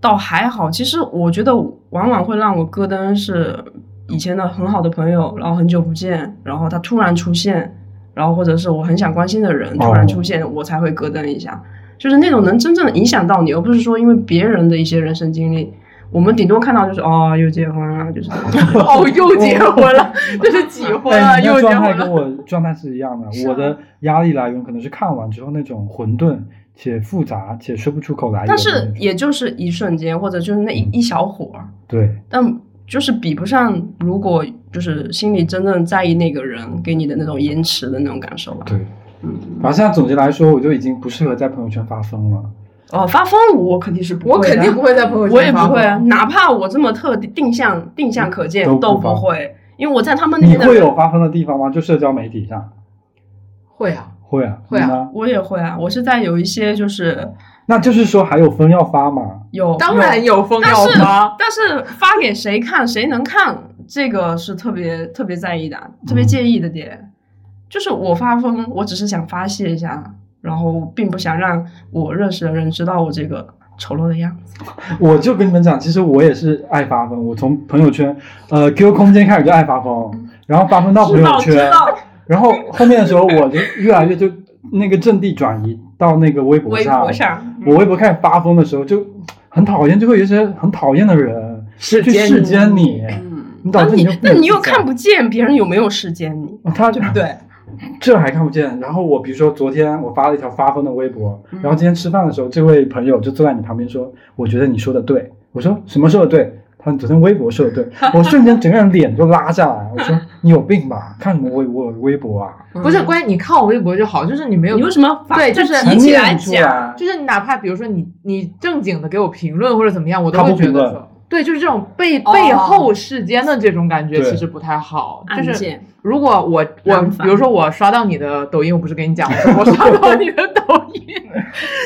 Speaker 2: 倒还好，其实我觉得往往会让我咯噔是以前的很好的朋友，然后很久不见，然后他突然出现，然后或者是我很想关心的人
Speaker 1: 哦
Speaker 2: 突然出现，我才会咯噔一下。就是那种能真正影响到你，而不是说因为别人的一些人生经历，我们顶多看到就是哦又结婚了，就是
Speaker 3: 哦，又结婚了，这是几婚了？
Speaker 1: 哎，你的
Speaker 3: 又结
Speaker 1: 状态
Speaker 3: 婚
Speaker 1: 跟
Speaker 3: 了。
Speaker 1: 我状态是一样的。
Speaker 2: 是啊
Speaker 1: 我的压力来源可能是看完之后那种混沌且复杂且说不出口来源的
Speaker 2: 但
Speaker 1: 那种。嗯
Speaker 2: 是也就是一瞬间，或者就是那一一小会儿，
Speaker 1: 对，
Speaker 2: 但就是比不上如果就是心里真正在意那个人给你的那种延迟的那种感受吧。
Speaker 1: 对，
Speaker 2: 嗯，
Speaker 1: 反正现在总结来说，我就已经不适合在朋友圈发疯了。
Speaker 2: 哦，发疯我肯定是不会
Speaker 3: 我
Speaker 2: 的，
Speaker 3: 肯定不会在朋友圈
Speaker 2: 我也
Speaker 3: 发
Speaker 2: 不
Speaker 3: 布
Speaker 2: 会啊，哪怕我这么特定定向定向可见
Speaker 1: 都不
Speaker 2: 都
Speaker 1: 发
Speaker 2: 不会，因为我在他们那
Speaker 1: 你
Speaker 2: 边的
Speaker 1: 会有发疯的地方吗？就社交媒体上
Speaker 3: 会啊，
Speaker 1: 会啊，
Speaker 3: 会啊
Speaker 1: 你呢
Speaker 2: 我也会啊，我是在有一些就是
Speaker 1: 那就是说还有风要发嘛？
Speaker 2: 有
Speaker 3: 当然
Speaker 2: 有，
Speaker 3: 有疯
Speaker 2: 但
Speaker 3: 要
Speaker 2: 是
Speaker 3: 发，
Speaker 2: 但是发给谁看，谁能看，这个是特别特别在意的，啊特别介意的点。就是我发疯，我只是想发泄一下，然后并不想让我认识的人知道我这个丑陋的样子。
Speaker 1: 我就跟你们讲，其实我也是爱发疯。我从朋友圈，呃，QQ 空间开始就爱发疯，然后发疯到朋
Speaker 2: 嗯知
Speaker 1: 友
Speaker 2: 道知
Speaker 1: 圈，
Speaker 2: 道，
Speaker 1: 然后后面的时候我就越来越就那个阵地转移到那个微博
Speaker 2: 微博上，嗯
Speaker 1: 我微博开始发疯的时候，就很讨厌，就会有一些很讨厌的人
Speaker 3: 世
Speaker 1: 去世间你，
Speaker 3: 嗯，
Speaker 1: 你导
Speaker 2: 那
Speaker 1: 致
Speaker 2: 啊你
Speaker 1: 就
Speaker 2: 那你又
Speaker 1: 自在啊
Speaker 2: 看不见别人有没有世间你，
Speaker 1: 他就
Speaker 2: 对不对？
Speaker 1: 这还看不见。然后我比如说昨天我发了一条发疯的微博，
Speaker 2: 嗯
Speaker 1: 然后今天吃饭的时候，这位朋友就坐在你旁边说：“我觉得你说的对。”我说：“什么说的对？”他说：“昨天微博说的
Speaker 2: [laughs]
Speaker 1: 对。”我瞬间整个人脸就拉下来，我说：“你有病吧？看什么微我微博啊？
Speaker 3: 不是，关键你看我微博就好，就是你没有
Speaker 2: 你为什么把
Speaker 3: 对
Speaker 2: 再
Speaker 3: 就是
Speaker 2: 提起来
Speaker 1: 沉淀出
Speaker 2: 讲？
Speaker 1: 来
Speaker 3: 就是你哪怕比如说你你正经的给我评论或者怎么样，我都
Speaker 1: 他
Speaker 3: 会
Speaker 1: 不
Speaker 3: 觉
Speaker 1: 评
Speaker 3: 得
Speaker 1: 论
Speaker 3: 说，对，就是这种背
Speaker 2: 哦
Speaker 3: 背后世间的这种感觉
Speaker 1: 对
Speaker 3: 其实不太好。就
Speaker 2: 案
Speaker 3: 是
Speaker 2: 件，
Speaker 3: 如果我我
Speaker 2: 让反
Speaker 3: 比如说我刷到你的抖音，我不是跟你讲吗，我刷到你的抖音，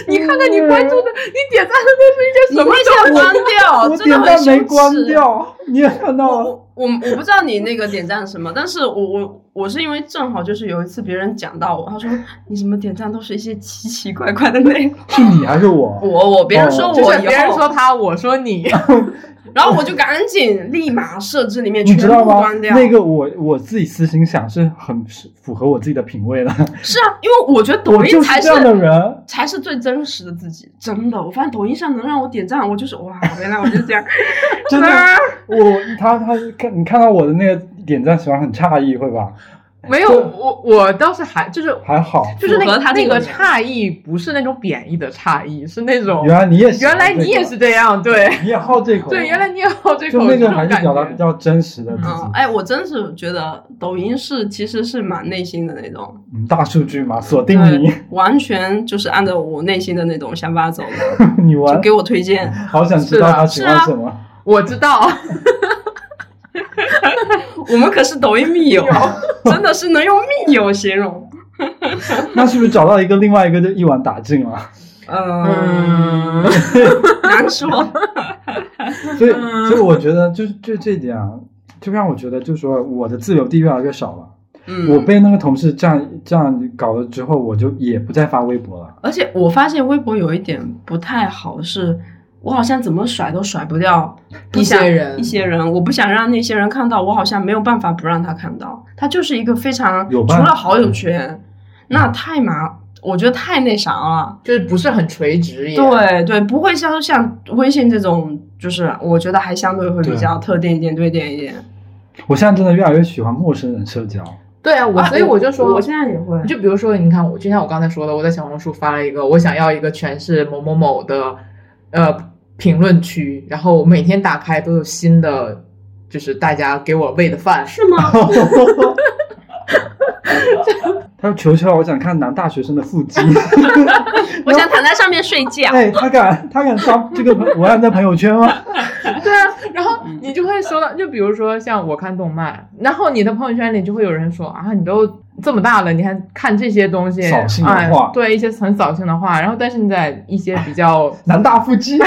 Speaker 3: 你看看你关注的，你点赞的都是一些什么
Speaker 2: 那些关掉，
Speaker 1: 我
Speaker 2: 哦真的
Speaker 1: 点
Speaker 2: 很
Speaker 1: 赞
Speaker 2: 羞
Speaker 1: 没
Speaker 2: 耻
Speaker 1: 关。掉，你也看到了。
Speaker 2: 我我我不知道你那个点赞什么，但是我我我是因为正好就是有一次别人讲到我，他说你怎么点赞都是一些奇奇怪怪的内容，
Speaker 1: 是你还是我？
Speaker 2: 我我
Speaker 1: 哦
Speaker 2: 别人说
Speaker 3: 就
Speaker 2: 我
Speaker 3: 是
Speaker 2: 以
Speaker 3: 别人
Speaker 2: 后，
Speaker 3: 说他，我说
Speaker 1: [laughs]
Speaker 3: 你，
Speaker 2: 然后我就赶紧立马设置里面
Speaker 1: 你
Speaker 2: 全
Speaker 1: 知道
Speaker 2: 部
Speaker 1: 吗
Speaker 2: 关？掉。
Speaker 1: 那个我我自己私心想是很是符合我自己的品味的，
Speaker 2: 是啊，因为我觉得抖
Speaker 1: 我就
Speaker 2: 音
Speaker 1: 是
Speaker 2: 才
Speaker 1: 这样的人。
Speaker 2: 才是最真实的自己，真的。我发现抖音上能让我点赞，我就是哇，原来我就是这样，
Speaker 1: 真的，我他他看你看到我的那个点赞喜欢很诧异会吧？
Speaker 3: 没有我我倒是还就是
Speaker 1: 还好，
Speaker 3: 就是那
Speaker 2: 符合
Speaker 3: 个
Speaker 2: 他这
Speaker 3: 那
Speaker 2: 个
Speaker 3: 个
Speaker 2: 人
Speaker 3: 诧异，不是那种贬义的诧异，是那种
Speaker 1: 原来你也喜
Speaker 3: 原
Speaker 1: 欢
Speaker 3: 来你也是这样，对。
Speaker 1: 这个，你也好这口，啊
Speaker 3: 对，原来你有这
Speaker 1: 就
Speaker 3: 口
Speaker 1: 那
Speaker 3: 这
Speaker 1: 个
Speaker 3: 种
Speaker 1: 还
Speaker 3: 感
Speaker 1: 是
Speaker 3: 觉。
Speaker 1: 表达比较真实的自
Speaker 2: 嗯，
Speaker 1: 己。
Speaker 2: 哎，我真是觉得抖音是其实是蛮内心的那种，
Speaker 1: 嗯，大数据嘛，锁定你 [laughs]
Speaker 2: 对，，完全就是按照我内心的那种想法走的，
Speaker 1: 你
Speaker 2: 就
Speaker 1: 玩，
Speaker 2: 给我推荐。
Speaker 1: 好想知道他喜欢什么。 [laughs]
Speaker 3: 我知道，
Speaker 2: 我们可是抖音密友， [laughs] 真的是能用密友形容。
Speaker 1: 那是不是找到一个另外一个就一网打尽了？
Speaker 2: 嗯，难说。
Speaker 1: 所以，所以我觉得就是就这一点啊，就让我觉得就是说我的自由地越来越少了。
Speaker 2: 嗯，
Speaker 1: 我被那个同事这样这样搞了之后，我就也不再发微博了。
Speaker 2: 而且我发现微博有一点不太好是。我好像怎么甩都甩不掉不
Speaker 3: 一些
Speaker 2: 想
Speaker 3: 人
Speaker 2: 一些人，我不想让那些人看到，我好像没有办法不让他看到。他就是一个非常
Speaker 1: 有
Speaker 2: 除
Speaker 1: 办法
Speaker 2: 了好友圈，那太麻，我觉得太那啥了。
Speaker 3: 就是不是很垂直也。
Speaker 2: 对对，不会像像微信这种，就是我觉得还相对会比
Speaker 1: 对
Speaker 2: 较特定一点、对点一点。
Speaker 1: 我现在真的越来越喜欢陌生人社交。
Speaker 3: 对啊，我
Speaker 2: 啊
Speaker 3: 所以我就说，
Speaker 2: 我现在也会，
Speaker 3: 就比如说，你看我，就像我刚才说的，我在小红书发了一个，我想要一个全是某某某的，呃，评论区，然后我每天打开都有新的，就是大家给我喂的饭。
Speaker 2: 是吗？
Speaker 1: 他说：“球球，我想看男大学生的腹肌。 [laughs]
Speaker 2: 我想躺在上面睡”觉。
Speaker 1: 哎，他敢他敢发这个文案在朋友圈吗？
Speaker 3: [laughs] 对啊，然后你就会收到，就比如说像我看动漫，然后你的朋友圈里就会有人说啊，你都这么大了，你还看这些东西，
Speaker 1: 扫兴的话
Speaker 3: 哎对一些很扫兴的话。然后，但是你在一些比较， [laughs]
Speaker 1: 男大腹肌，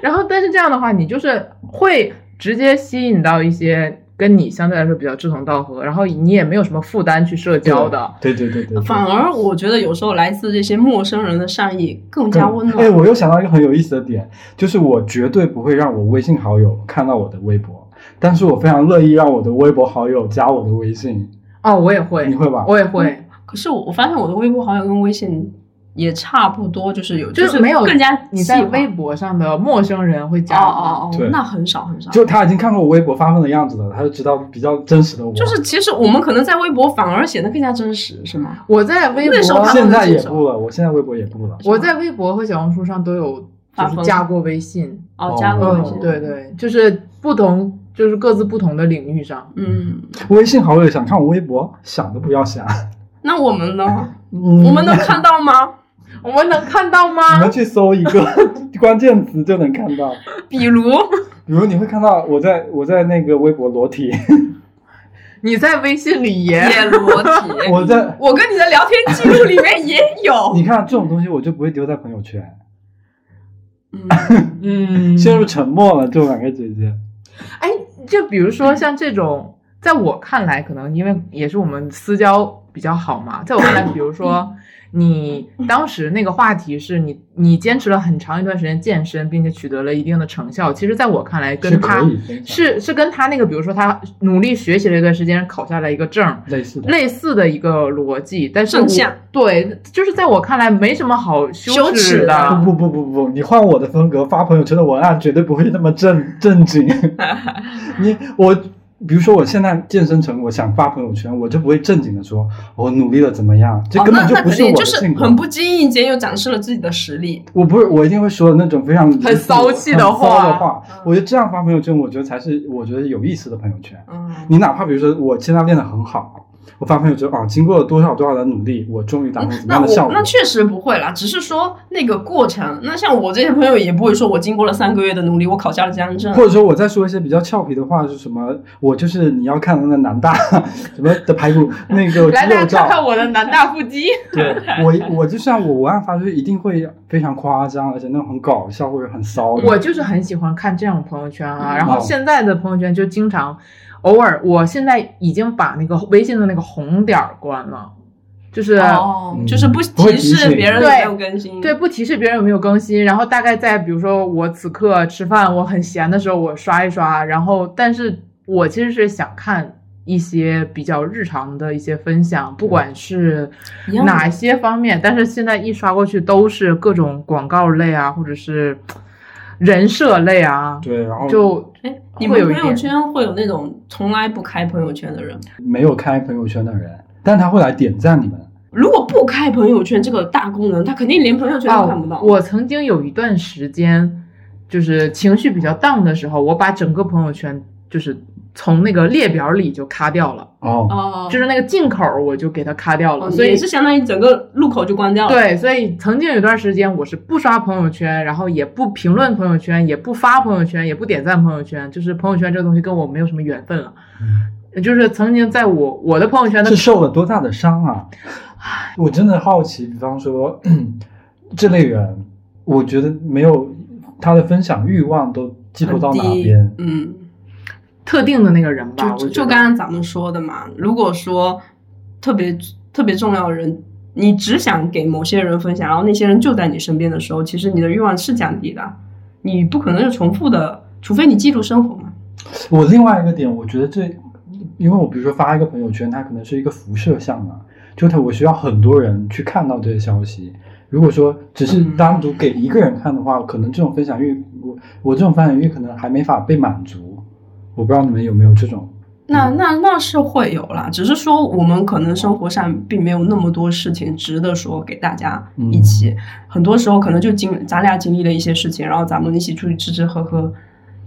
Speaker 3: 然后但是这样的话，你就是会直接吸引到一些跟你相对来说比较志同道合，然后你也没有什么负担去社交的。
Speaker 1: 对对对对，对
Speaker 2: 反而我觉得有时候来自这些陌生人的善意更
Speaker 1: 更
Speaker 2: 加
Speaker 3: 嗯
Speaker 2: 温
Speaker 1: 哎，
Speaker 2: 暖。
Speaker 1: 我又想到一个很有意思的点，就是我绝对不会让我微信好友看到我的微博，但是我非常乐意让我的微博好友加我的微信，
Speaker 3: 哦，我也会
Speaker 1: 你，会吧？
Speaker 3: 我也会，
Speaker 2: 可是我我发现我的微博好友跟微信也差不多，就是有
Speaker 3: 就是
Speaker 2: 是
Speaker 3: 没有
Speaker 2: 更加
Speaker 3: 你在
Speaker 2: 细化
Speaker 3: 微博上的陌生人会
Speaker 2: 哦
Speaker 3: 加你
Speaker 2: 哦哦
Speaker 1: 对，
Speaker 2: 那很少很少。
Speaker 1: 就他已经看过我微博发疯的样子了，他就知道比较真实的我。
Speaker 2: 就是其实我们可能在微博反而显得更加真实，是吗？
Speaker 3: 我在微博
Speaker 2: 那时候他
Speaker 1: 现在也
Speaker 2: 是吗
Speaker 1: 不了，我现在微博也不了。
Speaker 3: 我在微博和小红书上都有
Speaker 2: 发
Speaker 3: 就是
Speaker 2: 疯
Speaker 3: 加过微信，
Speaker 2: 哦，加过
Speaker 1: 哦
Speaker 2: 微
Speaker 3: 嗯，
Speaker 2: 信，
Speaker 3: 对，对，就是不同，就是各自不同的领域上。
Speaker 2: 嗯，
Speaker 1: 微信好友想看我微博，想都不要想。
Speaker 2: 那我们呢？
Speaker 1: 我
Speaker 3: 嗯
Speaker 2: 我们啊能看到
Speaker 3: [laughs]
Speaker 2: 吗？
Speaker 3: 我们能看到吗？
Speaker 1: 你们去搜一个 [laughs] 关键词就能看到，
Speaker 2: 比如，
Speaker 1: 比如你会看到我在我在那个微博裸体，
Speaker 2: 哎
Speaker 3: 你在微信里
Speaker 1: [laughs]
Speaker 3: 耶，
Speaker 2: 也裸体，
Speaker 1: 我在
Speaker 2: 我跟你的聊天记录里面也有。
Speaker 3: [laughs]
Speaker 1: 你看这种东西我就不会丢在朋友圈，
Speaker 2: 嗯，
Speaker 3: 嗯
Speaker 1: 陷入沉默了。这两个姐姐，
Speaker 3: 哎，就比如说像这种，在我看来，可能因为也是我们私交比较好嘛，在我看来，比如
Speaker 1: [laughs]
Speaker 3: 说你当时那个话题是你你坚持了很长一段时间健身，并且取得了一定的成效，其实在我看来，
Speaker 1: 是
Speaker 3: 跟
Speaker 1: 可
Speaker 3: 他
Speaker 1: 以分享
Speaker 3: 是是跟他那个，比如说他努力学习了一段时间，考下了一个证，
Speaker 1: 类似的，
Speaker 3: 类似的一个逻辑，但是
Speaker 2: 正
Speaker 3: 我
Speaker 2: 向
Speaker 3: 对，就是在我看来没什么好
Speaker 2: 羞
Speaker 3: 羞
Speaker 2: 耻
Speaker 3: 耻
Speaker 2: 的
Speaker 1: 不不不不不，你换我的风格发朋友圈的文案绝对不会那么正 [laughs] 正经。你我比如说我现在健身成果想发朋友圈，我就不会正经的说我努力了怎么样，这
Speaker 2: 哦，
Speaker 1: 根
Speaker 2: 那
Speaker 1: 本就
Speaker 2: 那
Speaker 1: 不
Speaker 2: 肯
Speaker 1: 是我
Speaker 2: 定
Speaker 1: 的
Speaker 2: 就是
Speaker 1: 性格。
Speaker 2: 很不经意间又展示了自己的实力。
Speaker 1: 我不是，我一定会说的那种非常离谱
Speaker 3: 很骚气
Speaker 1: 很
Speaker 3: 的
Speaker 1: 骚
Speaker 3: 话
Speaker 1: 的话。
Speaker 2: 嗯
Speaker 1: 我觉得这样发朋友圈，我觉得才是我觉得有意思的朋友圈。
Speaker 2: 嗯，
Speaker 1: 你哪怕比如说我现在练得很好，我发朋友圈哦，经过了多少多少的努力，我终于达成怎么
Speaker 2: 那
Speaker 1: 样的效
Speaker 2: 我
Speaker 1: 果
Speaker 2: 那？确实不会啦，只是说那个过程。那像我这些朋友也不会说我经过了三个月的努力，我考下了江证
Speaker 3: 嗯
Speaker 1: 或。者说我再说一些比较俏皮的话，是什么？我就是你要看的那南大 [laughs] 什么的排
Speaker 3: [laughs]
Speaker 1: 骨那个
Speaker 3: 来
Speaker 1: 肌
Speaker 3: 大
Speaker 1: 肉
Speaker 3: 家看看
Speaker 1: 照，
Speaker 3: 我的南大腹肌， [laughs]
Speaker 1: 对我我就像我文案发出去一定会非常夸张，而且那种很搞笑或者很骚的。
Speaker 3: 我就是很喜欢看这样的朋友圈
Speaker 2: 嗯
Speaker 3: 啊。
Speaker 1: 哦
Speaker 3: 然后现在的朋友圈就经常，偶尔我现在已经把那个微信的那个红点儿关了，就是、
Speaker 2: 哦
Speaker 1: 嗯，
Speaker 2: 就是不
Speaker 1: 不会
Speaker 2: 提
Speaker 1: 提
Speaker 2: 示
Speaker 1: 醒
Speaker 2: 别人有
Speaker 3: 对
Speaker 2: 没有更新。
Speaker 3: 对，不提示别人有没有更新，然后大概在比如说我此刻吃饭，我很闲的时候，我刷一刷，然后但是我其实是想看一些比较日常的一些分享，不管是
Speaker 2: 一样的
Speaker 3: 哪些方面，但是现在一刷过去都是各种广告类啊，或者是人设类啊，
Speaker 1: 对，然后
Speaker 3: 就
Speaker 2: 哎，
Speaker 3: 会
Speaker 2: 你们
Speaker 3: 有一
Speaker 2: 朋友
Speaker 3: 点
Speaker 2: 圈会有那种从来不开朋友圈的人吗？
Speaker 1: 没有开朋友圈的人，但他会来点赞你们。
Speaker 2: 如果不开朋友圈这个大功能，他肯定连朋友圈都看不到。
Speaker 3: 哦。我曾经有一段时间，就是情绪比较 down 的时候，我把整个朋友圈就是从那个列表里就咔掉了，
Speaker 1: 哦，
Speaker 2: 哦，
Speaker 3: 就是那个进口儿我就给它咔掉了，
Speaker 2: 哦
Speaker 3: 所以
Speaker 2: 也是相当于整个入口就关掉了。
Speaker 3: 对，所以曾经有一段时间我是不刷朋友圈，然后也不评论朋友圈，也不发朋友圈，也不点赞朋友圈，就是朋友圈这个东西跟我没有什么缘分了。呃就是曾经在我我的朋友圈的
Speaker 1: 嗯是受了多大的伤啊！我真的好奇，比方说 [clears throat] 这类人，我觉得没有他的分享欲望都寄托
Speaker 2: 很
Speaker 1: 到哪
Speaker 2: 低
Speaker 1: 边？
Speaker 2: 嗯，
Speaker 3: 特定的那个人吧，
Speaker 2: 就
Speaker 3: 我觉
Speaker 2: 就
Speaker 3: 得
Speaker 2: 刚刚咱们说的嘛，如果说特别特别重要的人，你只想给某些人分享，然后那些人就在你身边的时候，其实你的欲望是降低的，你不可能是重复的，除非你记录生活嘛。
Speaker 1: 我另外一个点，我觉得这，因为我比如说发一个朋友圈，它可能是一个辐射项啊，就它我需要很多人去看到这些消息。如果说只是
Speaker 2: 嗯
Speaker 1: 单独给一个人看的话，可能这种分享欲，我我这种分享欲可能还没法被满足。我不知道你们有没有这种
Speaker 2: 那
Speaker 3: 嗯
Speaker 2: 那那是会有啦，只是说我们可能生活上并没有那么多事情值得说给大家
Speaker 3: 嗯
Speaker 2: 一起，很多时候可能就经咱俩经历了一些事情，然后咱们一起出去吃吃喝喝，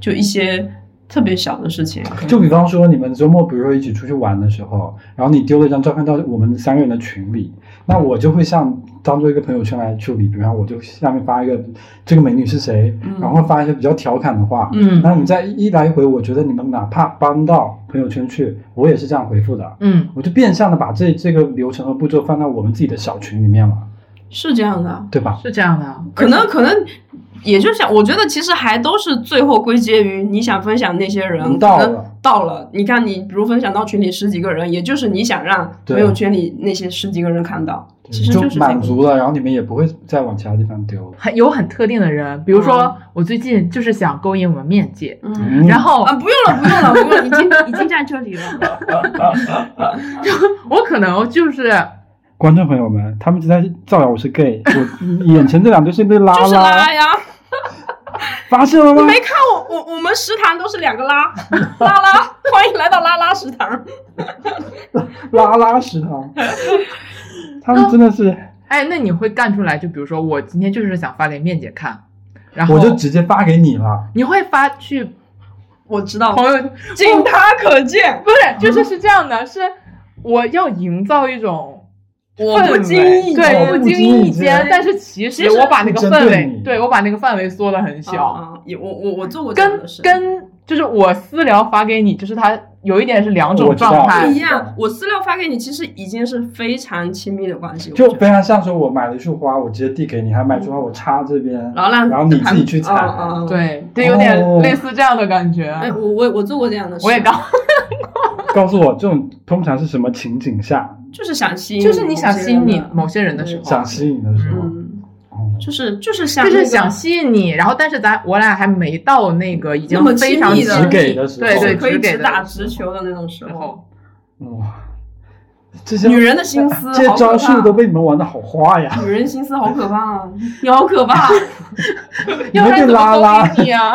Speaker 2: 就一些特别小的事情。
Speaker 1: 就比方说，你们周末比如说一起出去玩的时候，然后你丢了一张照片到我们三个人的群里，那我就会像当做一个朋友圈来处理，比方我就下面发一个这个美女是谁，
Speaker 2: 嗯
Speaker 1: 然后发一些比较调侃的话。
Speaker 2: [laughs]
Speaker 3: 嗯
Speaker 1: 那你再一来一回，我觉得你们哪怕搬到朋友圈去，我也是这样回复的，
Speaker 3: 嗯
Speaker 1: 我就变相的把这这个流程和步骤放到我们自己的小群里面了，
Speaker 2: 是这样的，
Speaker 1: 对吧？
Speaker 3: 是这样的，
Speaker 2: 可能可能也就想，我觉得其实还都是最后归结于你想分享那些人，
Speaker 3: 嗯
Speaker 1: 到
Speaker 2: 可能
Speaker 1: 了
Speaker 2: 到了，你看你比如分享到群里十几个人，也就是你想让
Speaker 1: 对
Speaker 2: 朋友圈里那些十几个人看到，其实
Speaker 1: 就是
Speaker 2: 这
Speaker 1: 满
Speaker 2: 样。
Speaker 1: 足了，然后你们也不会再往其他地方丢了。
Speaker 3: 很有很特定的人，比如
Speaker 2: 嗯
Speaker 3: 说我最近就是想勾引我们面界，
Speaker 2: 嗯。
Speaker 1: 嗯
Speaker 3: 然后
Speaker 2: 啊，不用了，不用了，不用了，已
Speaker 3: [laughs]
Speaker 2: 经已经在这里了。
Speaker 3: 我可能就是
Speaker 1: 观众朋友们，他们就在造谣我是
Speaker 2: [laughs]
Speaker 1: gay，我眼前这两对是对拉
Speaker 2: 就是
Speaker 1: 拉
Speaker 2: 拉，呀，
Speaker 1: 发现了
Speaker 2: 你
Speaker 1: 吗？
Speaker 2: 没看我我我们食堂都是两个拉拉拉，欢迎来到拉拉食堂。
Speaker 1: 拉拉食
Speaker 2: [laughs]
Speaker 1: 堂，他们真的是，
Speaker 3: 哎，那你会干出来？就比如说我今天就是想发给面姐看，然后
Speaker 1: 我就直接发给你了。
Speaker 3: 你会发去
Speaker 2: 我知道，
Speaker 3: 朋友，
Speaker 2: 仅他可见，
Speaker 3: 不是，就是是这
Speaker 2: 哦
Speaker 3: 样的，是我要营造一种。
Speaker 2: 我
Speaker 3: 氛
Speaker 2: 不
Speaker 3: 围
Speaker 2: 经意
Speaker 3: 对，
Speaker 1: 间
Speaker 3: 我不经
Speaker 1: 不经意
Speaker 3: 意
Speaker 1: 间
Speaker 3: 间，但是其
Speaker 2: 其
Speaker 3: 实
Speaker 2: 实
Speaker 3: 我把那个
Speaker 1: 针
Speaker 3: 氛
Speaker 1: 对
Speaker 3: 围
Speaker 1: 你，
Speaker 3: 对我把那个范围缩的很小，
Speaker 2: 啊，也我我我做过这样
Speaker 3: 跟
Speaker 2: 的事，
Speaker 3: 跟就是我私聊发给你，就是它有一点是两
Speaker 1: 我
Speaker 3: 种
Speaker 1: 知道
Speaker 3: 状
Speaker 2: 不
Speaker 3: 态
Speaker 2: 一，样。我私料发给你，其实已经是非常亲密的关系，我
Speaker 1: 就
Speaker 2: 觉得
Speaker 1: 非常像说，我买了一束花，我直接递给你，还买束
Speaker 2: 嗯
Speaker 1: 花我插这边，
Speaker 2: 然后让
Speaker 1: 然后你
Speaker 2: 旁
Speaker 1: 自己去采
Speaker 2: 嗯嗯嗯
Speaker 3: 对，对，有点
Speaker 1: 哦
Speaker 3: 类似这样的感觉。
Speaker 2: 哎，我我我做过这样的事，
Speaker 3: 我也刚，
Speaker 1: 告诉我这种通常是什么情景下
Speaker 2: 就是想吸引，
Speaker 3: 就是你想吸引你某些人的时候，
Speaker 1: 想吸引的时候，
Speaker 2: 嗯，
Speaker 1: 哦
Speaker 2: 就是就是想
Speaker 3: 就
Speaker 2: 那
Speaker 3: 是
Speaker 2: 个
Speaker 3: 想吸引你，然后但是咱我俩还没到那个已经
Speaker 2: 那么
Speaker 3: 非
Speaker 2: 亲
Speaker 3: 常
Speaker 2: 密
Speaker 3: 亲
Speaker 2: 的
Speaker 1: 只给的时候，
Speaker 3: 对对
Speaker 2: 可以
Speaker 3: 直给
Speaker 2: 直
Speaker 3: 的
Speaker 2: 打
Speaker 3: 时
Speaker 2: 直球的那种时
Speaker 3: 然
Speaker 2: 候，
Speaker 3: 后
Speaker 1: 哇，这些
Speaker 2: 女人的心思
Speaker 1: 这些
Speaker 2: 好可
Speaker 1: 招数
Speaker 2: 怕
Speaker 1: 都被你们玩的好花呀！
Speaker 2: 女人心思好可怕啊！你好可
Speaker 3: [laughs]
Speaker 2: 怕，
Speaker 1: 你
Speaker 3: 要
Speaker 1: 们
Speaker 3: 不然
Speaker 1: 被
Speaker 3: 怎
Speaker 1: 拉
Speaker 3: 么
Speaker 1: 拉
Speaker 3: 勾引你啊？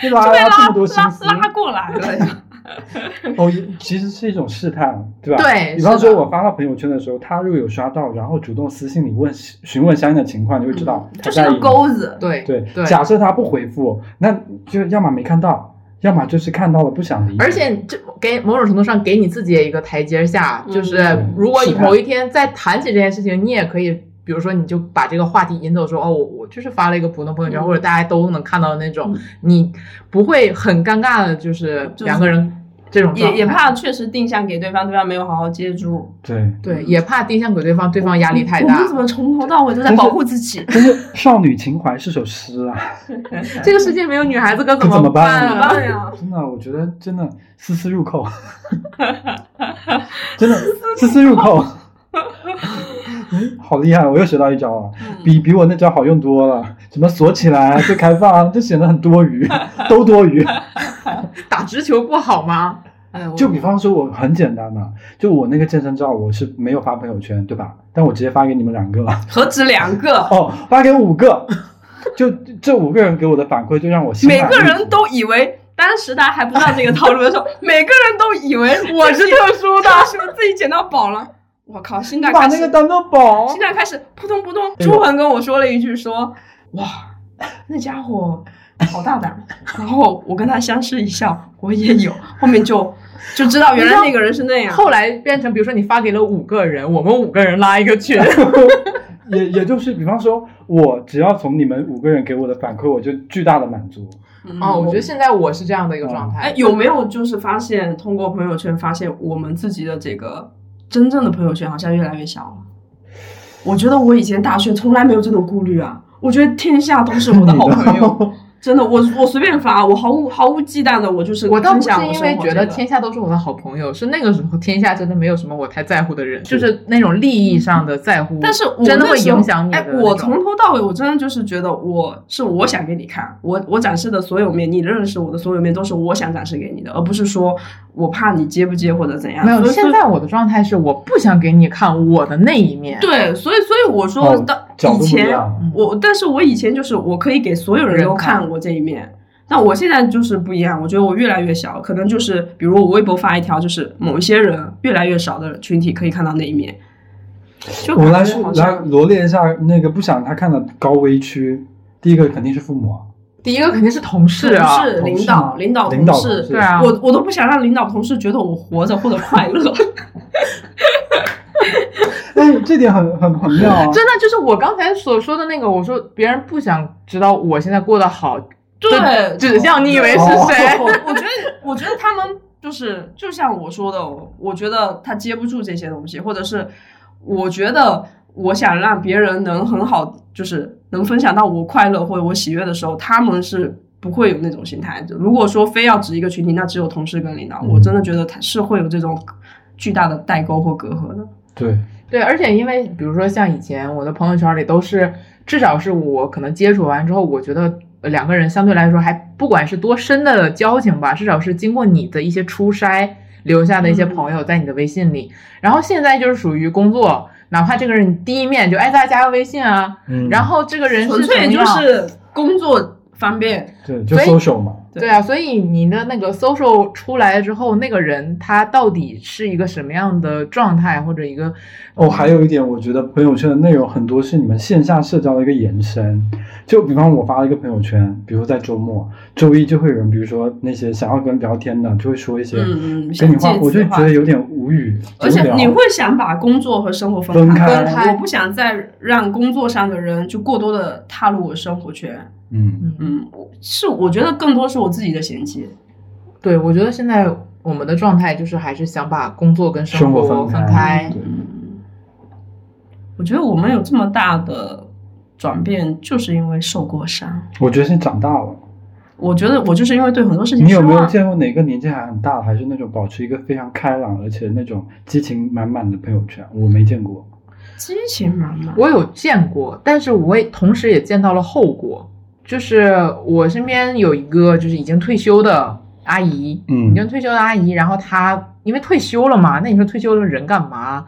Speaker 1: 被拉拉
Speaker 2: 被
Speaker 1: 这
Speaker 2: 拉
Speaker 1: 么多心
Speaker 2: 拉
Speaker 1: 思，
Speaker 2: 拉过来了
Speaker 3: [laughs]
Speaker 2: 呀。
Speaker 1: 哦，也其实是一种试探，对吧？
Speaker 3: 对
Speaker 1: 比方
Speaker 3: 是的
Speaker 1: 说，我发到朋友圈的时候，他如果有刷到，然后主动私信你问询问相应的情况，你会知道他
Speaker 2: 就是
Speaker 1: 在意
Speaker 2: 个
Speaker 1: 你。
Speaker 2: 钩子，
Speaker 3: 对
Speaker 1: 对，
Speaker 3: 对，
Speaker 1: 假设他不回复，那就要么没看到，要么就是看到了不想理。
Speaker 3: 而，且这给某种程度上给你自己一个台阶下，
Speaker 2: 嗯
Speaker 3: 就是
Speaker 1: 嗯
Speaker 3: 如果
Speaker 1: 是的
Speaker 3: 某一天再谈起这件事情，你也可以，比如说你就把这个话题引走说，哦，我我就是发了一个普通朋友圈，
Speaker 2: 嗯
Speaker 3: 或者大家都能看到的那种
Speaker 2: 嗯，
Speaker 3: 你不会很尴尬的，就是
Speaker 2: 就是
Speaker 3: 两个人这种状
Speaker 2: 也
Speaker 3: 态
Speaker 2: 也怕确实定向给对方，对方没有好好接住。
Speaker 1: 对，
Speaker 3: 对，也怕定向给对方，对方压力太
Speaker 2: 我
Speaker 3: 大
Speaker 2: 们。怎么从头到尾都在保护自
Speaker 3: [laughs]
Speaker 2: 己？
Speaker 1: 真是少女情怀是首诗啊！
Speaker 3: 这个世界没有女孩子可
Speaker 1: 可怎么
Speaker 3: 办
Speaker 1: 办
Speaker 3: 啊？
Speaker 2: 哎呀，
Speaker 1: [laughs] 真的，我觉得真的丝丝入扣， [laughs] 真的丝丝入扣。 [laughs] 嗯好厉害！我又学到一招了，比比我那招好用多了。什么锁起来、对开放，就显得很多余，都多余。
Speaker 3: [laughs] 打直球不好吗？
Speaker 2: 哎，我
Speaker 1: 就比方说，我很简单的，就我那个健身照，我是没有发朋友圈，对吧？但我直接发给你们两个了，
Speaker 2: 何止两个，
Speaker 1: 哦，发给五个，就这五个人给我的反馈，就让我心满
Speaker 2: 每
Speaker 1: 意足
Speaker 2: 个人都以为。当时大家还不知道这个套路 [laughs] 的时候，每个人都以为
Speaker 3: 我是特
Speaker 2: [laughs]
Speaker 3: 殊的，
Speaker 2: 当时自己捡到宝了。我靠！现在
Speaker 1: 把
Speaker 2: 开
Speaker 1: 那个
Speaker 2: 始，
Speaker 1: 当做宝，
Speaker 2: 现在开始扑通扑通。
Speaker 1: 哎呦
Speaker 2: 朱恒跟我说了一句说：“哇，那家伙好大胆。” [laughs] 然后我跟他相视一笑，我也有。后面就就知道原来那个人是那样。
Speaker 3: 后来变成比如说你发给了五个人，我们五个人拉一个群，
Speaker 1: 也也就是，比方说，我只要从你们五个人给我的反馈，我就巨大的满足。
Speaker 2: 嗯
Speaker 3: 哦，我觉得现在我是这样的一个状态。
Speaker 2: 哎，有没有就是发现通过朋友圈发现我们自己的这个真正的朋友圈好像越来越小了？我觉得我以前大学从来没有这种顾虑啊，我觉得天下都是我的好朋友，真的，我我随便发，我毫无毫无忌惮的，我就是
Speaker 3: 我倒不
Speaker 2: 分
Speaker 3: 是
Speaker 2: 享
Speaker 3: 因为觉得天下都是我的好朋友，是那个时候天下真的没有什么我太在乎的人，就是那种利益上的在乎，
Speaker 2: 但是我
Speaker 3: 真的
Speaker 2: 那
Speaker 3: 会
Speaker 2: 时候
Speaker 3: 影响你的
Speaker 2: 哎
Speaker 3: 那，种。
Speaker 2: 我从头到尾，我真的就是觉得我是我想给你看，我我展示的所有面，你认识我的所有面都是我想展示给你的，而不是说我怕你接不接或者怎样。
Speaker 3: 没有，
Speaker 2: 所以
Speaker 3: 现在我的状态是我不想给你看我的那一面。，
Speaker 2: 对，所以所以我说
Speaker 1: 哦
Speaker 2: 到
Speaker 1: 角
Speaker 2: 以
Speaker 1: 度不一
Speaker 2: 前，
Speaker 1: 样，
Speaker 2: 我但是我以前就是我可以给所有人
Speaker 3: 人
Speaker 2: 都
Speaker 3: 看
Speaker 2: 看我这一面，但我现在就是不一样，我觉得我越来越小，可能就是比如我微博发一条，就是某一些人越来越少的群体可以看到那一面。就
Speaker 1: 我
Speaker 2: 感
Speaker 1: 来
Speaker 2: 觉
Speaker 1: 说
Speaker 2: 好
Speaker 1: 来
Speaker 2: 像
Speaker 1: 罗列一下那个不想他看的高危区，第一个肯定是父母啊，
Speaker 3: 第一个肯定是同事啊，
Speaker 2: 同事
Speaker 1: 同
Speaker 2: 呃领
Speaker 1: 事
Speaker 2: 导
Speaker 1: 吗
Speaker 2: 领导
Speaker 1: 领导
Speaker 2: 同事
Speaker 1: 同事
Speaker 3: 对啊，
Speaker 2: 我我都不想让领导同事觉得我活着或者快乐， [laughs]
Speaker 1: 哎，这点很很很妙啊。
Speaker 3: 真的就是我刚才所说的那个，我说别人不想知道我现在过得好，
Speaker 2: 对，
Speaker 3: 指向你以为是
Speaker 1: 哦
Speaker 3: 谁。
Speaker 2: [laughs] 我我觉得，我觉得他们就是，就像我说的，我我觉得他接不住这些东西，或者是我觉得我想让别人能很好，就是能分享到我快乐或者我喜悦的时候，他们是不会有那种心态。如果说非要指一个群体，那只有同事跟领导。
Speaker 1: 嗯
Speaker 2: 我真的觉得他是会有这种巨大的代沟或隔阂的。
Speaker 1: 对，
Speaker 3: 对，而且因为比如说像以前我的朋友圈里都是，至少是我可能接触完之后，我觉得呃两个人相对来说还不管是多深的交情吧，至少是经过你的一些初筛留下的
Speaker 2: 嗯
Speaker 3: 一些朋友在你的微信里。然后现在就是属于工作，哪怕这个人第一面就哎大家加个微信啊，
Speaker 1: 嗯，
Speaker 3: 然后这个人
Speaker 2: 纯
Speaker 3: 是
Speaker 2: 粹
Speaker 3: 怎么
Speaker 2: 就
Speaker 3: 样
Speaker 2: 是工作方便，
Speaker 1: 对，就
Speaker 3: 所以
Speaker 1: social 嘛，
Speaker 2: 对
Speaker 3: 对啊，所以你的那个 social 出来之后，那个人他到底是一个什么样的状态，或者一个
Speaker 1: 哦，还有一点，我觉得朋友圈的内容很多是你们线下社交的一个延伸。就比方我发了一个朋友圈，比如在周末，周一就会有人，比如说那些想要跟人聊天的，就会说一些
Speaker 2: 嗯嗯，
Speaker 1: 跟你话，
Speaker 2: 想借
Speaker 1: 我就
Speaker 2: 此
Speaker 1: 觉得有点无语。
Speaker 2: 而
Speaker 1: 无
Speaker 2: 且
Speaker 1: 聊
Speaker 2: 你会想把工作和生活分
Speaker 1: 分
Speaker 2: 开，
Speaker 1: 开
Speaker 3: 分开
Speaker 2: 我不想再让工作上的人就过多的踏入我生活圈。
Speaker 1: 嗯，
Speaker 3: 嗯
Speaker 2: 嗯，我是我觉得更多是我自己的衔接。
Speaker 3: 对，我觉得现在我们的状态就是还是想把工作跟
Speaker 1: 生活
Speaker 3: 活
Speaker 1: 分
Speaker 3: 分
Speaker 1: 开
Speaker 3: 开。
Speaker 1: 对
Speaker 2: 嗯，我觉得我们有这么大的转变，就是因为受过伤。
Speaker 1: 我觉得是长大了。
Speaker 2: 我觉得我就是因为对很多事情
Speaker 1: 你有没
Speaker 2: 失
Speaker 1: 有
Speaker 2: 望
Speaker 1: 见过哪个年纪还很大的，还是那种保持一个非常开朗而且那种激情满满的朋友圈？我没见过。
Speaker 2: 激情满满？
Speaker 3: 我有见过，但是我也同时也见到了后果，就是我身边有一个就是已经退休的阿姨，
Speaker 1: 嗯
Speaker 3: 已经退休的阿姨，然后她因为退休了嘛，那你说退休了人干嘛？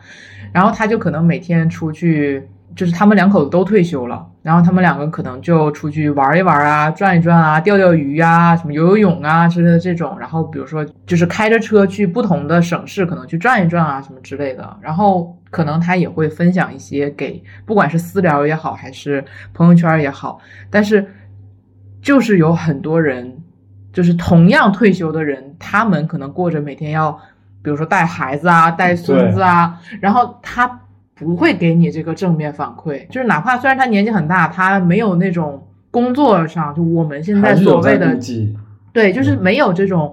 Speaker 3: 然后她就可能每天出去，就是他们两口子都退休了，然后他们两个可能就出去玩一玩啊，转一转啊，钓钓鱼啊，什么游游泳啊之类的这种。然后比如说就是开着车去不同的省市，可能去转一转啊什么之类的。然后可能她也会分享一些给不管是私聊也好，还是朋友圈也好，但是就是有很多人，就是同样退休的人，他们可能过着每天要，比如说带孩子啊、带孙子啊，然后他不会给你这个正面反馈，就是哪怕虽然他年纪很大，他没有那种工作上就我们现在
Speaker 1: 还是
Speaker 3: 所
Speaker 1: 有
Speaker 3: 谓
Speaker 1: 在
Speaker 3: 的
Speaker 1: 顾忌。
Speaker 3: 对，就是没有这种，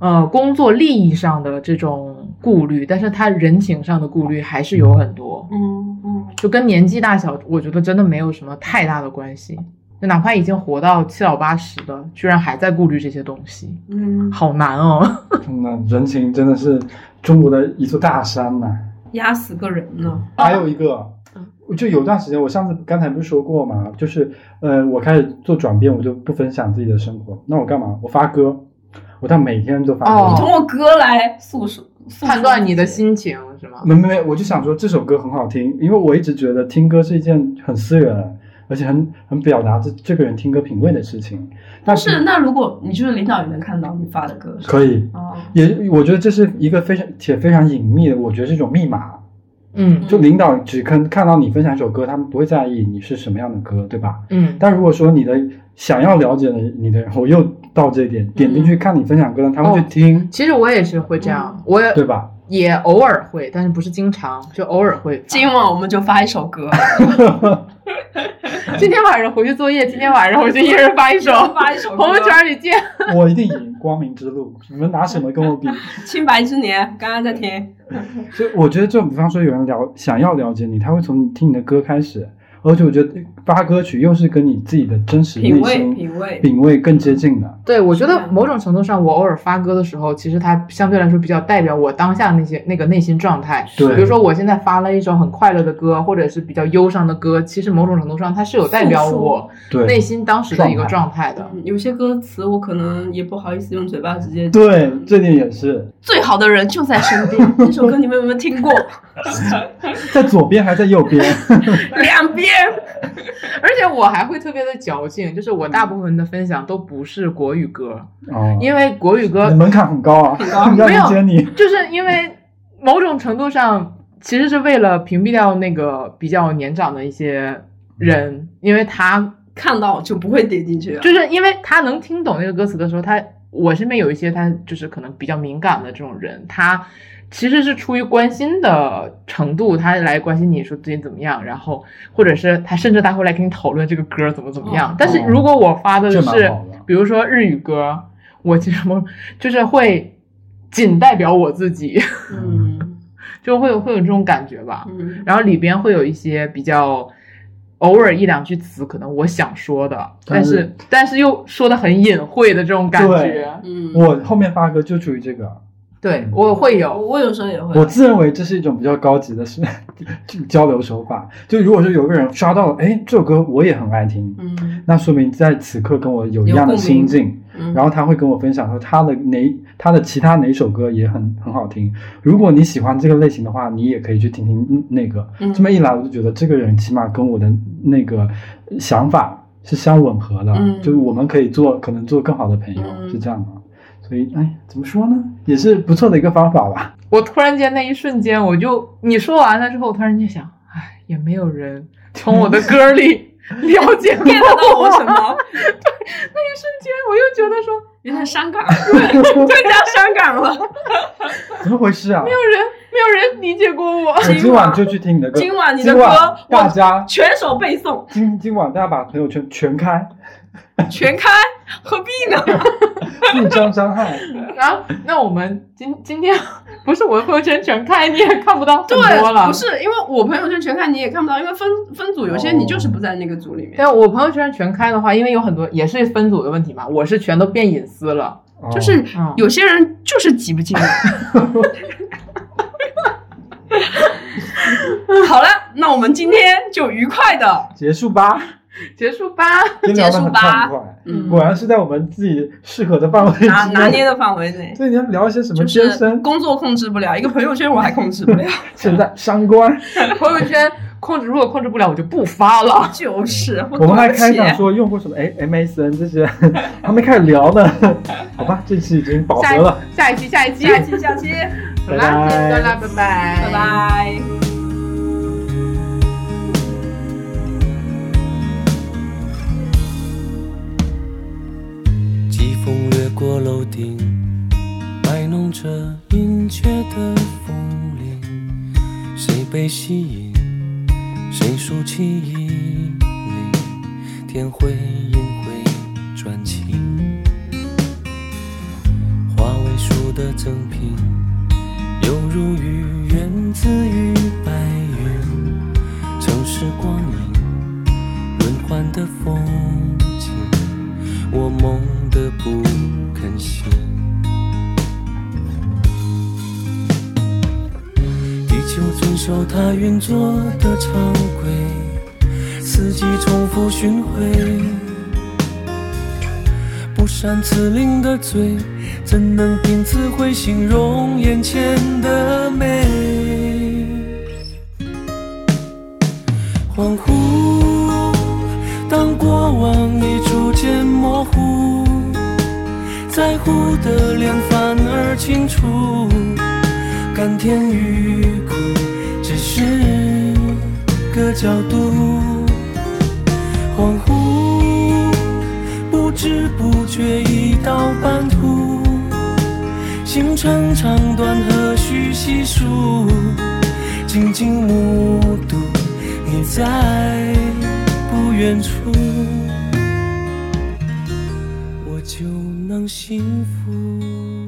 Speaker 3: 呃，工作利益上的这种顾虑，但是他人情上的顾虑还是有很多。
Speaker 2: 嗯嗯，
Speaker 3: 就跟年纪大小，我觉得真的没有什么太大的关系。就哪怕已经活到七老八十了，居然还在顾虑这些东西，
Speaker 2: 嗯，
Speaker 3: 好难哦。
Speaker 1: [laughs] 那人情真的是中国的一座大山呐、
Speaker 2: 嗯压死个人了。
Speaker 1: 还有一个，就有段时间，我上次刚才不是说过嘛，就是呃，我开始做转变，我就不分享自己的生活。那我干嘛？我发歌，我到每天都发歌。
Speaker 3: 哦
Speaker 2: 你通过歌来诉说诉说
Speaker 3: [laughs] 判断你的心情是吗？
Speaker 1: 没没没，我就想说这首歌很好听，因为我一直觉得听歌是一件很私人，而且很很表达这这个人听歌品味的事情。但
Speaker 2: 不是，那如果你就是领导也能看到你发的歌，
Speaker 1: 可以，
Speaker 2: 哦，
Speaker 1: 也我觉得这是一个非常且非常隐秘的，我觉得是一种密码。
Speaker 3: 嗯
Speaker 1: 就领导只看看到你分享一首歌，他们不会在意你是什么样的歌，对吧？
Speaker 3: 嗯，
Speaker 1: 但如果说你的想要了解的你的人，我又到这一点，点进去看你分享歌单，他会去听，
Speaker 3: 其实我也是会这样，我也
Speaker 1: 对吧？
Speaker 3: 也偶尔会，但是不是经常，就偶尔会发。
Speaker 2: 今晚我们就发一首歌，
Speaker 3: 今天晚上回去作业，今天晚上我就一人发 [laughs] 一首，
Speaker 2: 发一首歌
Speaker 3: 朋友圈里见。
Speaker 1: 我一定赢光明之路，你们拿什么跟我比？ [laughs]
Speaker 2: 清白之年，刚刚在听，
Speaker 1: 所以我觉得这种，比方说有人了想要了解你，他会从你听你的歌开始，而且我觉得发歌曲又是跟你自己的真实
Speaker 2: 品
Speaker 1: 内
Speaker 2: 味
Speaker 1: 心
Speaker 2: 品味，
Speaker 1: 品味更接近的。
Speaker 3: 对，我觉
Speaker 2: 是
Speaker 3: 得
Speaker 2: 啊
Speaker 3: 某种程度上，我偶尔发歌的时候，其实它相对来说比较代表我当下那些那个内心状态。
Speaker 1: 对
Speaker 3: 比如说我现在发了一首很快乐的歌，或者是比较忧伤的歌，其实某种程度上它是有代表我内
Speaker 1: 对
Speaker 3: 心当时的一个状态的。
Speaker 2: 嗯有些歌词我可能也不好意思用嘴巴直接。
Speaker 1: 对，这点也是
Speaker 2: 最好的人就在身 [laughs] 边，这首歌你们有没有听过？
Speaker 1: 在左边还在右边，
Speaker 2: [laughs] 两边，
Speaker 3: [laughs] 而且我还会特别的矫情，就是我大部分的分享都不是国语歌，
Speaker 1: 哦，
Speaker 3: 因为国语歌
Speaker 1: 你门槛很高啊，要理解你。
Speaker 3: 就是因为某种程度上，其实是为了屏蔽掉那个比较年长的一些人，因为他
Speaker 2: 看到就不会点进去了。
Speaker 3: 就是因为他能听懂那个歌词的时候，他我身边有一些他就是可能比较敏感的这种人，他其实是出于关心的程度，他来关心你说最近怎么样，然后或者是他甚至他会来跟你讨论这个歌怎么怎么样。
Speaker 2: 哦
Speaker 3: 但是如果我发的
Speaker 1: 这蛮
Speaker 3: 是、
Speaker 1: 好的
Speaker 3: 比如说日语歌，我其实我就是会仅代表我自己， [laughs]
Speaker 2: 嗯
Speaker 3: 就会有会有这种感觉吧。
Speaker 2: 嗯，
Speaker 3: 然后里边会有一些比较偶尔一两句词，可能我想说的，但是但是又说的很隐晦的这种感觉。
Speaker 2: 嗯，
Speaker 1: 我后面发歌就属于这个，
Speaker 3: 对，我会
Speaker 2: 我
Speaker 3: 有，
Speaker 2: 我有时候也会，啊
Speaker 1: 我自认为这是一种比较高级的是 [laughs] 交流手法。就如果说有个人刷到了，哎，这首歌我也很爱听，
Speaker 2: 嗯
Speaker 1: 那说明在此刻跟我有一样的
Speaker 2: 有共鸣
Speaker 1: 心境，
Speaker 2: 嗯，
Speaker 1: 然后他会跟我分享说他的哪他的其他哪首歌也很很好听。如果你喜欢这个类型的话，你也可以去听听嗯那个。
Speaker 2: 嗯
Speaker 1: 这么一来，我就觉得这个人起码跟我的那个想法是相吻合的，
Speaker 2: 嗯
Speaker 1: 就是我们可以做可能做更好的朋友，
Speaker 2: 嗯
Speaker 1: 是这样的。所以，哎，怎么说呢，也是不错的一个方法
Speaker 2: [laughs]
Speaker 1: 吧。
Speaker 3: 我突然间那一瞬间，我就你说完了之后，我突然间想，哎，也没有人从我的歌里 [laughs] 了解过
Speaker 2: get 到我什么？
Speaker 3: 那一瞬间，我又觉得说，
Speaker 2: 原来
Speaker 1: [laughs]
Speaker 2: 香港，对，到香港了。
Speaker 1: 怎么回事啊？
Speaker 3: 没有人，没有人理解过我。
Speaker 1: 我今晚就去听你的歌，
Speaker 2: 今晚你的
Speaker 1: 今晚
Speaker 2: 歌
Speaker 1: 大
Speaker 2: 我
Speaker 1: 家
Speaker 2: 全首背诵，
Speaker 1: 今今晚大家把朋友圈全开，
Speaker 2: 全开，何必呢？
Speaker 1: 互相伤
Speaker 2: [laughs]
Speaker 1: 害。
Speaker 3: 啊，那我们今今天 [laughs] 不是我的朋友圈全开，你也看不到很多
Speaker 2: 对，
Speaker 3: 了
Speaker 2: 不。是因为我朋友圈全看你也看不到，因为分分组有些你就是不在那个组里面，
Speaker 3: 但我朋友圈全开的话，因为有很多也是分组的问题嘛，我是全都变隐私了。
Speaker 1: 哦
Speaker 2: 就是
Speaker 3: 嗯，
Speaker 2: 有些人就是挤不进来。好了，那我们今天就愉快的
Speaker 1: 哦结束吧，
Speaker 3: 结束吧。
Speaker 1: 今天聊得很畅
Speaker 2: 结
Speaker 1: 快。
Speaker 2: 嗯
Speaker 1: 果然是在我们自己适合的范围之
Speaker 2: 拿拿
Speaker 1: 内。
Speaker 2: 捏的范围内。
Speaker 1: 所以你要聊一些什么
Speaker 2: 就
Speaker 1: 健
Speaker 2: 是 [laughs]
Speaker 1: 身、
Speaker 2: 工作控制不了，一个朋友圈我还控制不了，
Speaker 1: 现在伤官，
Speaker 3: 朋友圈控制如果控制不了，我就不发了。
Speaker 2: 就是
Speaker 1: 我们还开
Speaker 2: 对不
Speaker 1: 场
Speaker 2: 起
Speaker 1: 说用过什么哎 MSN 这些， [laughs] 还没开始聊呢。 [laughs] 好吧，这期已经饱
Speaker 3: 下
Speaker 1: 和了，
Speaker 3: 一下一期，下一期，
Speaker 2: 下期下期，
Speaker 3: 好啦，
Speaker 1: 拜拜
Speaker 3: 结束啦，拜拜，
Speaker 2: 拜。拜。
Speaker 4: 疾风掠过楼顶，摆弄着隐雀的风铃。谁被吸引？谁竖起衣领？天会阴会转晴。花为树的赠品，犹如雨源自于白云。城市光影，轮换的风景。我梦得不肯醒。地球遵守它运作的常规，四季重复巡回。不善辞令的嘴，怎能凭词汇形容眼前的美？恍惚，当过往已逐渐模糊，在乎的脸反而清楚，甘甜与苦只是个角度。恍惚，不知不觉已到半途，行程长短何须细数，静静目睹你在不远处，我就能幸福。